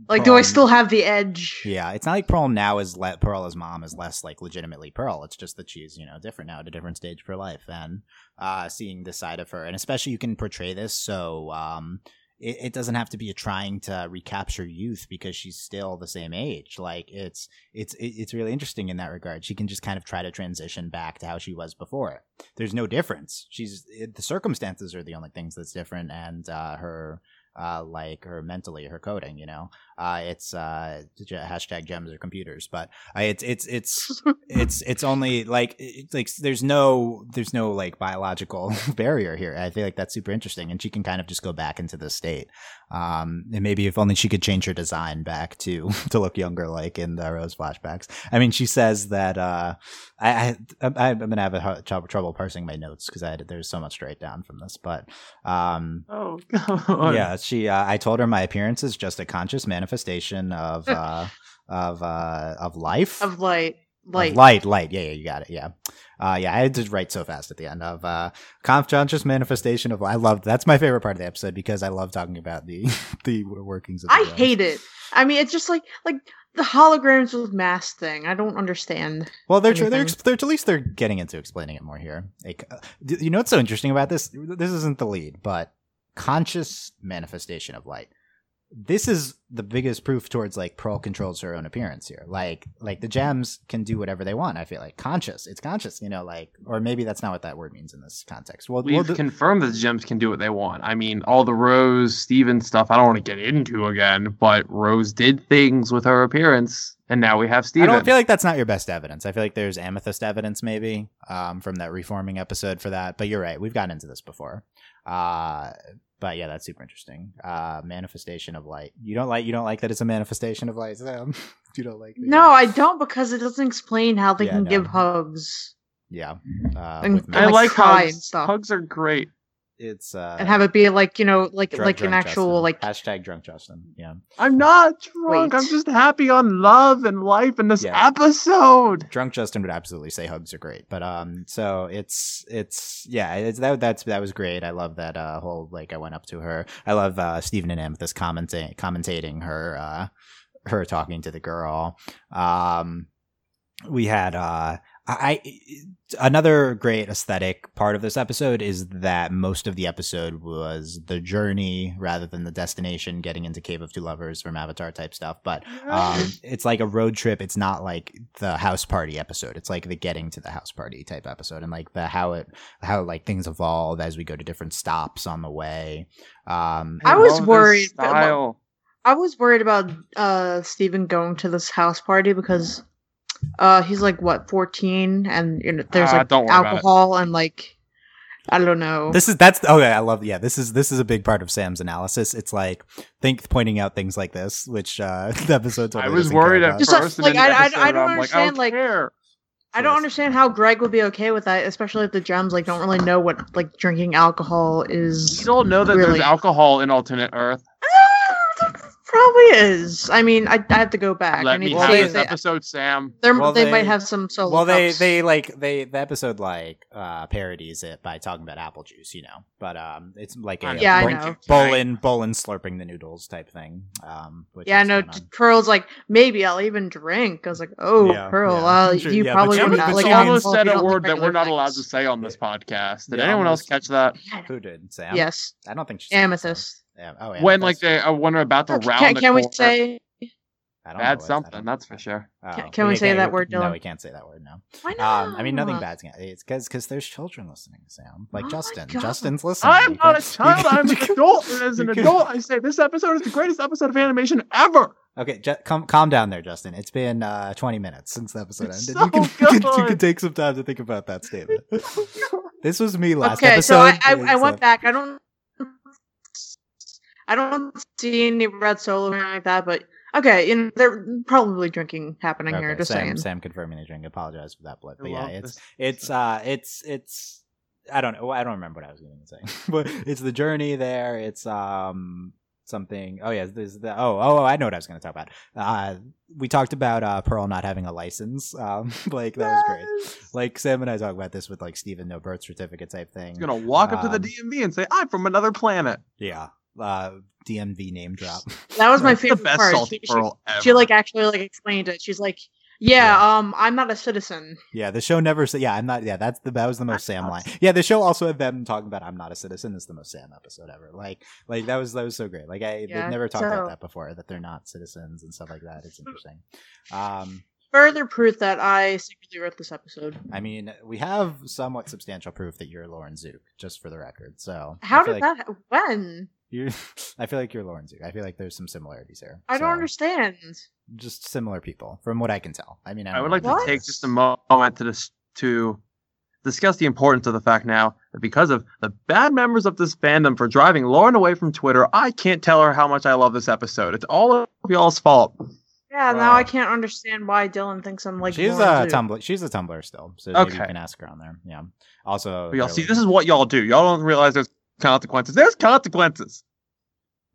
[SPEAKER 2] like, do I
[SPEAKER 1] Pearl-
[SPEAKER 2] still have the edge?
[SPEAKER 1] Yeah, it's not like Pearl now is let Pearl as mom is less like legitimately Pearl. It's just that she's you know different now at a different stage of her life and uh, seeing this side of her, and especially you can portray this so um, it, it doesn't have to be a trying to recapture youth because she's still the same age. Like it's it's it- it's really interesting in that regard. She can just kind of try to transition back to how she was before. There's no difference. She's it, the circumstances are the only things that's different, and uh, her uh, like her mentally, her coding. You know, uh, it's uh, j- hashtag gems or computers, but uh, it's it's it's it's it's only like it's like there's no there's no like biological barrier here. I feel like that's super interesting, and she can kind of just go back into the state. Um, and maybe if only she could change her design back to to look younger, like in the Rose flashbacks. I mean, she says that uh, I, I I'm gonna have a hard, trouble, trouble parsing my notes because I had- there's so much to write down from this, but um,
[SPEAKER 3] Oh, come on.
[SPEAKER 1] yeah, she. Uh, I told her my appearance is just a conscious manifestation of uh, of uh, of life
[SPEAKER 2] of light,
[SPEAKER 1] light. light,
[SPEAKER 2] light.
[SPEAKER 1] light. Yeah, yeah, you got it. Yeah, uh, yeah. I did write so fast at the end of uh, conscious manifestation of. I loved that's my favorite part of the episode because I love talking about the the workings. of the
[SPEAKER 2] I
[SPEAKER 1] will.
[SPEAKER 2] hate it. I mean, it's just like like the holograms with mass thing. I don't understand.
[SPEAKER 1] Well, they're, tr- they're,
[SPEAKER 2] anything.
[SPEAKER 1] ex- they're at least they're getting into explaining it more here. Like, uh, d- you know what's so interesting about this? This isn't the lead, but conscious manifestation of light. This is the biggest proof towards like Pearl controls her own appearance here. Like, like the gems can do whatever they want. I feel like conscious. It's conscious, you know. Like, or maybe that's not what that word means in this context. Well,
[SPEAKER 3] We've
[SPEAKER 1] well, the-
[SPEAKER 3] confirmed that the gems can do what they want. I mean, all the Rose Steven stuff I don't want to get into again, but Rose did things with her appearance, and now we have
[SPEAKER 1] I
[SPEAKER 3] Steven.
[SPEAKER 1] don't feel like that's not your best evidence. I feel like there's amethyst evidence maybe um, from that reforming episode for that. But you're right. We've gotten into this before. Uh, but yeah, that's super interesting. Uh, manifestation of light. You don't like you don't like that it's a manifestation of light. Sam? you don't like the-
[SPEAKER 2] No, I don't because it doesn't explain how they
[SPEAKER 1] Yeah,
[SPEAKER 2] can
[SPEAKER 1] no.
[SPEAKER 2] give hugs
[SPEAKER 1] Yeah. Uh,
[SPEAKER 2] And-
[SPEAKER 1] with
[SPEAKER 2] I
[SPEAKER 1] ma-
[SPEAKER 3] I
[SPEAKER 2] like
[SPEAKER 3] like
[SPEAKER 2] cry and
[SPEAKER 3] hugs.
[SPEAKER 2] stuff.
[SPEAKER 3] Hugs are great.
[SPEAKER 1] it's uh,
[SPEAKER 2] and have it be like you know like
[SPEAKER 1] drunk-
[SPEAKER 2] like an
[SPEAKER 1] drunk
[SPEAKER 2] actual
[SPEAKER 1] Justin.
[SPEAKER 2] like
[SPEAKER 1] hashtag drunk Justin. Yeah.
[SPEAKER 3] I'm not drunk.
[SPEAKER 2] Wait.
[SPEAKER 3] I'm just happy on love and life in this
[SPEAKER 1] Yeah.
[SPEAKER 3] episode.
[SPEAKER 1] drunk Justin would absolutely say hugs are great. But um, so it's it's yeah, it's that that's that was great. I love that uh whole like I went up to her. I love uh Stephen and Amethyst commenting commentating her uh her talking to the girl. Um, we had uh. I another great aesthetic part of this episode is that most of the episode was the journey rather than the destination, getting into Cave of Two Lovers from Avatar type stuff. But um, it's like a road trip. It's not like the house party episode. It's like the getting to the house party type episode, and like the how it how like things evolve as we go to different stops on the way. Um,
[SPEAKER 2] I was
[SPEAKER 3] love this
[SPEAKER 2] worried, but-
[SPEAKER 3] Style.
[SPEAKER 2] I was worried about uh Steven going to this house party because uh he's like what 14 and you know there's
[SPEAKER 3] Ah,
[SPEAKER 2] like
[SPEAKER 3] don't worry about it.
[SPEAKER 2] alcohol and like I don't know.
[SPEAKER 1] this is that's okay. I love yeah. This is this is a big part of Sam's analysis. It's like think pointing out things like this, which uh, the episode. Totally
[SPEAKER 3] I was
[SPEAKER 1] doesn't
[SPEAKER 3] worried
[SPEAKER 1] care
[SPEAKER 3] at
[SPEAKER 1] about.
[SPEAKER 2] Just
[SPEAKER 3] first.
[SPEAKER 2] like,
[SPEAKER 3] and then
[SPEAKER 2] I- I- I
[SPEAKER 3] episode, I'm
[SPEAKER 2] don't
[SPEAKER 3] like, I
[SPEAKER 2] understand, like-
[SPEAKER 3] care.
[SPEAKER 2] I don't
[SPEAKER 1] Yes.
[SPEAKER 2] understand how Greg would be okay with that, especially if the gems like don't really know what like drinking alcohol
[SPEAKER 3] You
[SPEAKER 2] is.
[SPEAKER 3] don't know that there's
[SPEAKER 2] Really?
[SPEAKER 3] alcohol in alternate Earth.
[SPEAKER 2] Ah, there Probably is. I mean, I, I have to go back. I
[SPEAKER 3] Let
[SPEAKER 2] need
[SPEAKER 3] me
[SPEAKER 2] to
[SPEAKER 1] Well,
[SPEAKER 3] have
[SPEAKER 2] see
[SPEAKER 1] they-
[SPEAKER 2] if
[SPEAKER 3] this
[SPEAKER 2] they,
[SPEAKER 3] episode, Sam.
[SPEAKER 2] they're-
[SPEAKER 1] Well,
[SPEAKER 2] they,
[SPEAKER 1] they-
[SPEAKER 2] might have some solo.
[SPEAKER 1] well they
[SPEAKER 2] cups.
[SPEAKER 1] they like they the episode like uh parodies it by talking about apple juice you know but um it's like a
[SPEAKER 3] I'm
[SPEAKER 2] Yeah, I
[SPEAKER 1] bowling,
[SPEAKER 2] know.
[SPEAKER 3] drinking tonight.
[SPEAKER 1] bowling bowling slurping the noodles type thing um which
[SPEAKER 2] Yeah,
[SPEAKER 1] is
[SPEAKER 2] no.
[SPEAKER 1] going on.
[SPEAKER 2] Pearl's like maybe I'll even drink. I was like, oh,
[SPEAKER 1] Yeah,
[SPEAKER 2] Pearl,
[SPEAKER 1] yeah.
[SPEAKER 2] uh,
[SPEAKER 1] Sure,
[SPEAKER 2] you
[SPEAKER 1] yeah, but
[SPEAKER 2] probably
[SPEAKER 1] she-
[SPEAKER 2] would
[SPEAKER 1] but
[SPEAKER 2] not.
[SPEAKER 1] she
[SPEAKER 2] like,
[SPEAKER 3] she
[SPEAKER 1] almost
[SPEAKER 3] almost
[SPEAKER 2] alcohol if
[SPEAKER 3] said
[SPEAKER 2] you
[SPEAKER 3] a
[SPEAKER 2] don't
[SPEAKER 3] word
[SPEAKER 2] drink
[SPEAKER 3] that we're not
[SPEAKER 2] regular
[SPEAKER 3] allowed to
[SPEAKER 2] things.
[SPEAKER 3] say on this podcast. Did
[SPEAKER 1] Yeah,
[SPEAKER 3] anyone else
[SPEAKER 1] almost.
[SPEAKER 3] catch that?
[SPEAKER 1] who did sam
[SPEAKER 2] Yes,
[SPEAKER 1] i don't think she said
[SPEAKER 2] amethyst.
[SPEAKER 1] Sam. oh yeah
[SPEAKER 3] When like they uh, when we're about to
[SPEAKER 2] Okay,
[SPEAKER 3] round
[SPEAKER 2] Can,
[SPEAKER 3] the
[SPEAKER 2] can we
[SPEAKER 3] corner,
[SPEAKER 2] say?
[SPEAKER 1] I don't know what-
[SPEAKER 3] that's
[SPEAKER 1] I
[SPEAKER 3] something.
[SPEAKER 1] don't-
[SPEAKER 3] That's for sure.
[SPEAKER 1] Oh,
[SPEAKER 2] Can- can we say
[SPEAKER 1] can't-
[SPEAKER 2] that word,
[SPEAKER 1] no
[SPEAKER 2] Dylan?
[SPEAKER 1] we can't say that word no
[SPEAKER 2] Why not?
[SPEAKER 1] um i mean nothing bad's gonna it's because because there's children listening sam like
[SPEAKER 2] Oh my
[SPEAKER 1] justin
[SPEAKER 2] God.
[SPEAKER 1] justin's listening
[SPEAKER 3] I'm
[SPEAKER 1] You
[SPEAKER 3] not a
[SPEAKER 1] can't- you
[SPEAKER 3] child.
[SPEAKER 1] can't-
[SPEAKER 3] I'm an
[SPEAKER 1] you can't-
[SPEAKER 3] adult. And as an
[SPEAKER 1] you can-
[SPEAKER 3] adult, I say this episode is the greatest episode of animation ever.
[SPEAKER 1] Okay, ju- calm, calm down there, Justin. It's been uh, 20 minutes since the episode
[SPEAKER 3] It's
[SPEAKER 1] ended.
[SPEAKER 3] so
[SPEAKER 1] you, can, you, can, you
[SPEAKER 3] good.
[SPEAKER 1] can take some time to think about that statement. this was me last
[SPEAKER 2] okay,
[SPEAKER 1] episode. uh,
[SPEAKER 2] so I, I, I
[SPEAKER 1] so-
[SPEAKER 2] went back. I don't, I don't see any red solo or anything like that. But okay, you know, they're probably drinking happening here.
[SPEAKER 1] Okay,
[SPEAKER 2] Just
[SPEAKER 1] Sam,
[SPEAKER 2] saying.
[SPEAKER 1] Sam confirming the drink. Apologize for that, blood. But yeah,
[SPEAKER 3] love
[SPEAKER 1] it's
[SPEAKER 3] this.
[SPEAKER 1] it's uh, it's it's. I don't know. I don't remember what I was going to say. but it's the journey there. It's um something. Oh yeah, there's the oh oh oh, I know what I was going to talk about. Uh, we talked about uh Pearl not having a license. Um, like that was great.
[SPEAKER 3] Yes.
[SPEAKER 1] Like Sam and I talk about this with like Steven, no birth certificate type thing.
[SPEAKER 3] He's gonna walk up to the
[SPEAKER 1] Um,
[SPEAKER 3] DMV and say, "I'm from another planet."
[SPEAKER 1] Yeah. Uh, DMV name drop.
[SPEAKER 2] That was my
[SPEAKER 3] That's
[SPEAKER 2] favorite
[SPEAKER 3] the best
[SPEAKER 2] part.
[SPEAKER 3] salty
[SPEAKER 2] She- she-
[SPEAKER 3] pearl ever.
[SPEAKER 2] She like actually like explained it. She's like, Yeah, um, I'm not a citizen.
[SPEAKER 1] Yeah, the show never said. Yeah, I'm not. Yeah, that's the that was the most Sam line. Yeah, the show also had them talking about "I'm not a citizen" is the most Sam episode ever. Like, like that was that was so great. Like, I
[SPEAKER 2] Yeah,
[SPEAKER 1] they've never talked
[SPEAKER 2] so-
[SPEAKER 1] about that before that they're not citizens and stuff like that. It's interesting. Um,
[SPEAKER 2] Further proof that I secretly wrote this episode.
[SPEAKER 1] I mean, we have somewhat substantial proof that you're Lauren Zook, just for the record. So I
[SPEAKER 2] How
[SPEAKER 1] feel
[SPEAKER 2] did
[SPEAKER 1] like
[SPEAKER 2] that? ha- When?
[SPEAKER 1] You, I feel like you're Lauren Zook. I feel like there's some similarities here.
[SPEAKER 2] I
[SPEAKER 1] So,
[SPEAKER 2] don't understand.
[SPEAKER 1] Just similar people, from what I can tell. I mean, I,
[SPEAKER 3] I
[SPEAKER 1] don't
[SPEAKER 3] would
[SPEAKER 1] know
[SPEAKER 3] like
[SPEAKER 1] about
[SPEAKER 3] to
[SPEAKER 2] What?
[SPEAKER 3] take
[SPEAKER 1] this.
[SPEAKER 3] just a mo- moment to dis- to discuss the importance of the fact now that because of the bad members of this fandom for driving Lauren away from Twitter, I can't tell her how much I love this episode. It's all of y'all's fault.
[SPEAKER 2] Yeah, now I
[SPEAKER 1] Wow.
[SPEAKER 2] can't understand why Dylan thinks I'm like.
[SPEAKER 1] she's uh,
[SPEAKER 2] Lauren
[SPEAKER 1] a
[SPEAKER 2] Zoo.
[SPEAKER 1] Tumblr. She's a Tumblr still, so maybe you
[SPEAKER 3] Okay.
[SPEAKER 1] can ask her on there. Yeah. Also,
[SPEAKER 3] But y'all
[SPEAKER 1] there
[SPEAKER 3] see,
[SPEAKER 1] was-
[SPEAKER 3] this is what y'all do. Y'all don't realize there's consequences. There's consequences.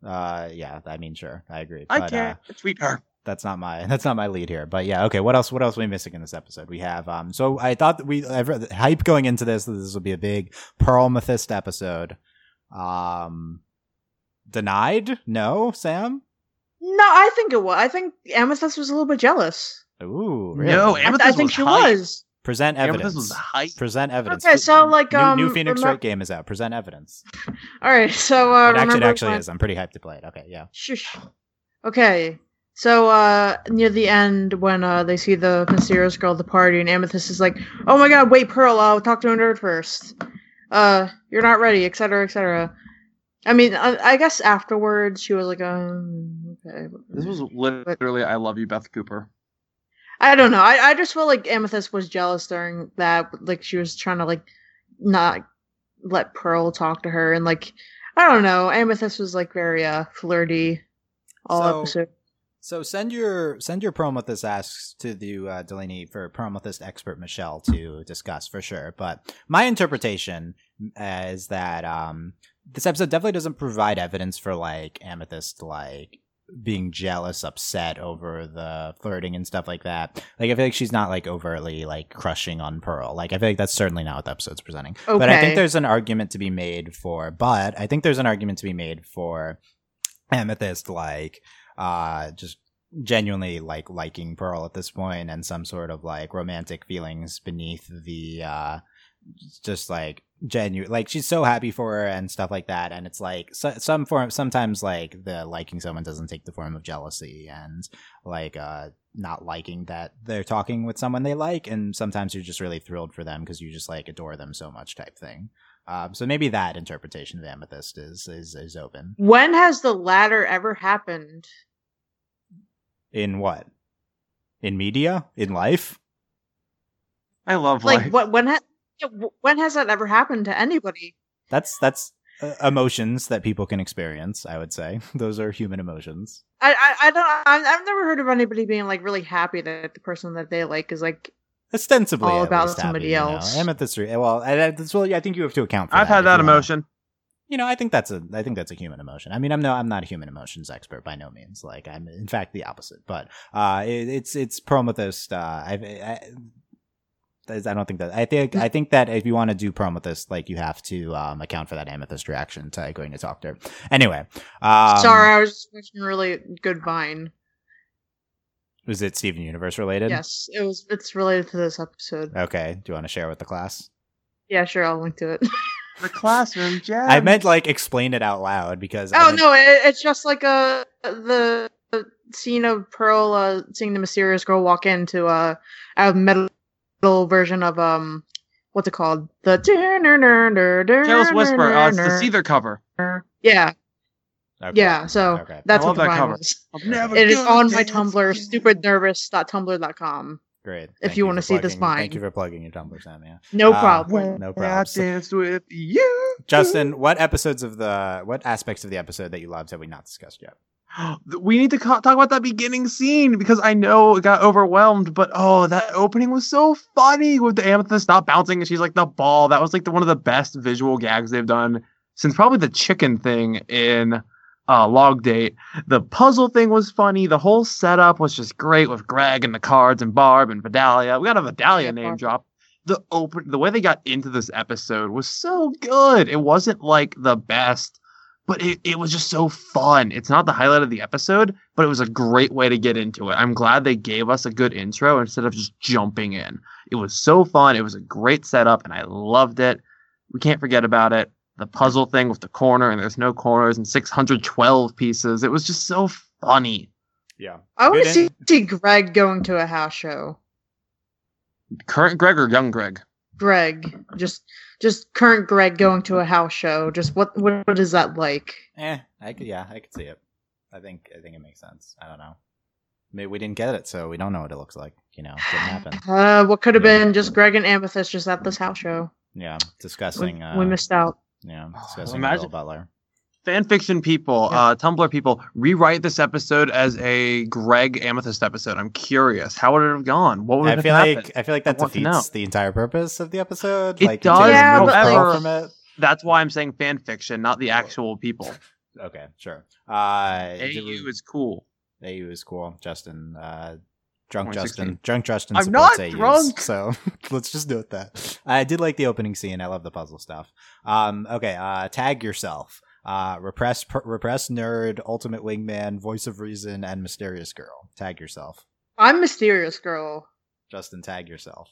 [SPEAKER 1] Uh, yeah. I mean, sure, I agree.
[SPEAKER 3] I
[SPEAKER 1] but,
[SPEAKER 3] can't
[SPEAKER 1] Uh,
[SPEAKER 3] tweet her.
[SPEAKER 1] that's not my that's not my lead here. But yeah, okay. What else? What else are we missing in this episode? We have um. So I thought that we I've read the hype going into this. That this will be a big Pearl Methist episode. Um, denied? No, Sam.
[SPEAKER 2] No, I think it was. I think Amethyst was a little bit jealous.
[SPEAKER 1] Ooh, really?
[SPEAKER 3] No,
[SPEAKER 2] I, th-
[SPEAKER 3] Amethyst
[SPEAKER 2] I think
[SPEAKER 3] was
[SPEAKER 2] she
[SPEAKER 3] hype.
[SPEAKER 2] was.
[SPEAKER 1] Present
[SPEAKER 3] Damn,
[SPEAKER 1] evidence.
[SPEAKER 3] this was hype.
[SPEAKER 1] Present evidence.
[SPEAKER 2] Okay, so, like,
[SPEAKER 1] new,
[SPEAKER 2] um,
[SPEAKER 1] new Phoenix
[SPEAKER 2] remem-
[SPEAKER 1] Wright game is out. Present evidence.
[SPEAKER 2] All right, so
[SPEAKER 1] it
[SPEAKER 2] uh,
[SPEAKER 1] actually, it
[SPEAKER 2] remember
[SPEAKER 1] actually
[SPEAKER 2] when-
[SPEAKER 1] is. I'm pretty hyped to play it. Okay, yeah.
[SPEAKER 2] Shush. Okay. So uh near the end when uh they see the mysterious girl at the party and Amethyst is like, Oh my god, wait, Pearl, I'll talk to a nerd first. Uh you're not ready, etc. etc. I mean I, I guess afterwards she was like, um okay.
[SPEAKER 3] This was literally I love you, Beth Cooper.
[SPEAKER 2] I don't know. I, I just felt like Amethyst was jealous during that like she was trying to like not let Pearl talk to her and like I don't know, Amethyst was like very uh flirty all
[SPEAKER 1] So-
[SPEAKER 2] episode.
[SPEAKER 1] So send your send your Promethus asks to the uh, Delaney for Promethus expert Michelle to discuss for sure. But my interpretation is that um, this episode definitely doesn't provide evidence for like Amethyst like being jealous, upset over the flirting and stuff like that. Like I feel like she's not like overtly like crushing on Pearl. Like I feel like that's certainly not what the episode's presenting.
[SPEAKER 2] Okay.
[SPEAKER 1] But I think there's an argument to be made for, but I think there's an argument to be made for Amethyst, like, uh, just genuinely like liking Pearl at this point and some sort of like romantic feelings beneath the, uh, just like genuine, like she's so happy for her and stuff like that. And it's like so, some form, sometimes like the liking someone doesn't take the form of jealousy and like, uh, not liking that they're talking with someone they like, and sometimes you're just really thrilled for them because you just like adore them so much, type thing. Um, so maybe that interpretation of amethyst is is is open.
[SPEAKER 2] When has the latter ever happened?
[SPEAKER 1] In what? In media? In life?
[SPEAKER 3] I love
[SPEAKER 2] Like
[SPEAKER 3] life.
[SPEAKER 2] what? When ha- yeah, wh- when has that ever happened to anybody?
[SPEAKER 1] That's that's uh, emotions that people can experience. I would say those are human emotions.
[SPEAKER 2] I I, I don't. I, I've never heard of anybody being like really happy that the person that they like is like.
[SPEAKER 1] Ostensibly,
[SPEAKER 2] All
[SPEAKER 1] at
[SPEAKER 2] about
[SPEAKER 1] least happy,
[SPEAKER 2] somebody
[SPEAKER 1] you know.
[SPEAKER 2] else.
[SPEAKER 1] Amethyst. re- Well, I, I- that's well, yeah, I think you have to account for.
[SPEAKER 3] I've
[SPEAKER 1] that
[SPEAKER 3] had
[SPEAKER 1] if
[SPEAKER 3] that
[SPEAKER 1] you wanna-
[SPEAKER 3] emotion.
[SPEAKER 1] you know, I think that's a I think that's a human emotion. I mean, I'm no I'm not a human emotions expert by no means. Like I'm in fact the opposite. But uh, it, it's it's Prometheus. Uh, I, I I don't think that I think I think that if you want to do Prometheus, like you have to um, account for that amethyst reaction to going to talk to her. Anyway, um,
[SPEAKER 2] sorry, I was just watching a really good Vine.
[SPEAKER 1] was it Steven Universe related?
[SPEAKER 2] Yes, it was. It's related to this episode.
[SPEAKER 1] Okay. Do you want to share with the class?
[SPEAKER 2] Yeah, sure, I'll link to it.
[SPEAKER 3] The classroom jam.
[SPEAKER 1] I meant like explain it out loud because I
[SPEAKER 2] Um, oh
[SPEAKER 1] meant-
[SPEAKER 2] no, it, it's just like uh the, the scene of Pearl uh, seeing the mysterious girl walk into uh, a metal version of um. What's it called? The
[SPEAKER 3] Careless
[SPEAKER 2] Jealous
[SPEAKER 3] Whisper. Uh, it's the Seether cover.
[SPEAKER 2] Yeah,
[SPEAKER 1] Okay.
[SPEAKER 2] yeah. So
[SPEAKER 1] Okay.
[SPEAKER 2] that's
[SPEAKER 3] I
[SPEAKER 2] what
[SPEAKER 3] love
[SPEAKER 2] the
[SPEAKER 3] that
[SPEAKER 2] Vine
[SPEAKER 3] cover.
[SPEAKER 2] was.
[SPEAKER 3] I'm never
[SPEAKER 2] It is
[SPEAKER 3] gonna
[SPEAKER 2] on my
[SPEAKER 3] dance
[SPEAKER 2] Tumblr,
[SPEAKER 3] again.
[SPEAKER 2] stupidnervous.tumblr.com.
[SPEAKER 1] Great. Thank
[SPEAKER 2] If you wanna
[SPEAKER 1] for
[SPEAKER 2] see this
[SPEAKER 1] plugging- Thank
[SPEAKER 2] vine.
[SPEAKER 1] you for plugging your Tumblr, Sam. Yeah.
[SPEAKER 2] No
[SPEAKER 1] Ah.
[SPEAKER 2] problem.
[SPEAKER 3] When
[SPEAKER 1] No
[SPEAKER 3] I
[SPEAKER 1] props.
[SPEAKER 3] danced with you,
[SPEAKER 1] Justin, what episodes of the what aspects of the episode that you loved have we not discussed yet?
[SPEAKER 3] We need to co- talk about that beginning scene because I know it got overwhelmed, but oh, that opening was so funny with the amethyst not bouncing and she's like the ball. That was like the, one of the best visual gags they've done since probably the chicken thing in uh, Log Date. The puzzle thing was funny. The whole setup was just great with Greg and the cards and Barb and Vidalia. We got a Vidalia
[SPEAKER 2] Yeah,
[SPEAKER 3] name
[SPEAKER 2] Barb.
[SPEAKER 3] drop. The open, the way they got into this episode was so good. It wasn't like the best but it, it was just so fun. It's not the highlight of the episode, but it was a great way to get into it. I'm glad they gave us a good intro instead of just jumping in. It was so fun. It was a great setup, and I loved it. We can't forget about it. The puzzle thing with the corner, and there's no corners, and 612 pieces. It was just so funny.
[SPEAKER 1] Yeah.
[SPEAKER 2] I want
[SPEAKER 1] Good
[SPEAKER 2] to see,
[SPEAKER 1] in-
[SPEAKER 2] see Greg going to a house show.
[SPEAKER 3] Current Greg or young Greg?
[SPEAKER 2] Greg, just just current Greg going to a house show. Just what what, what is that like?
[SPEAKER 1] Eh, I could, yeah, I could see it. I think I think it makes sense. I don't know. Maybe we didn't get it, so we don't know what it looks like. You know, it didn't happen.
[SPEAKER 2] Uh, what could have
[SPEAKER 1] Yeah.
[SPEAKER 2] been just Greg and Amethyst just at this house show?
[SPEAKER 1] Yeah,
[SPEAKER 2] We,
[SPEAKER 1] discussing. Uh,
[SPEAKER 2] we missed out.
[SPEAKER 1] Yeah,
[SPEAKER 3] Oh,
[SPEAKER 1] discussing
[SPEAKER 3] imagine-
[SPEAKER 1] Bill Butler.
[SPEAKER 3] Fanfiction people,
[SPEAKER 2] Yeah.
[SPEAKER 3] uh, Tumblr people, rewrite this episode as a Greg Amethyst episode. I'm curious. How would it have gone? What would
[SPEAKER 1] I
[SPEAKER 3] have
[SPEAKER 1] feel
[SPEAKER 3] happened?
[SPEAKER 1] like I feel like that
[SPEAKER 3] I want to
[SPEAKER 1] defeats
[SPEAKER 3] know.
[SPEAKER 1] the entire purpose of the episode.
[SPEAKER 3] It
[SPEAKER 1] like,
[SPEAKER 3] does,
[SPEAKER 1] taking
[SPEAKER 2] Yeah,
[SPEAKER 1] no
[SPEAKER 2] but,
[SPEAKER 1] pro
[SPEAKER 2] like-
[SPEAKER 1] from it.
[SPEAKER 3] That's why I'm saying fanfiction, not the actual people.
[SPEAKER 1] Okay, sure. Uh, did we-
[SPEAKER 3] AU is cool.
[SPEAKER 1] AU is cool. Justin, uh, drunk
[SPEAKER 3] 2016.
[SPEAKER 1] Justin, drunk Justin.
[SPEAKER 3] I'm
[SPEAKER 1] supports
[SPEAKER 3] not
[SPEAKER 1] AUs,
[SPEAKER 3] drunk!
[SPEAKER 1] So let's just note that. I did like the opening scene. I love the puzzle stuff. Um, okay, uh, tag yourself. Uh, repress, per- repress nerd, ultimate wingman, voice of reason, and mysterious girl. Tag yourself,
[SPEAKER 2] I'm mysterious girl.
[SPEAKER 1] Justin. Tag yourself.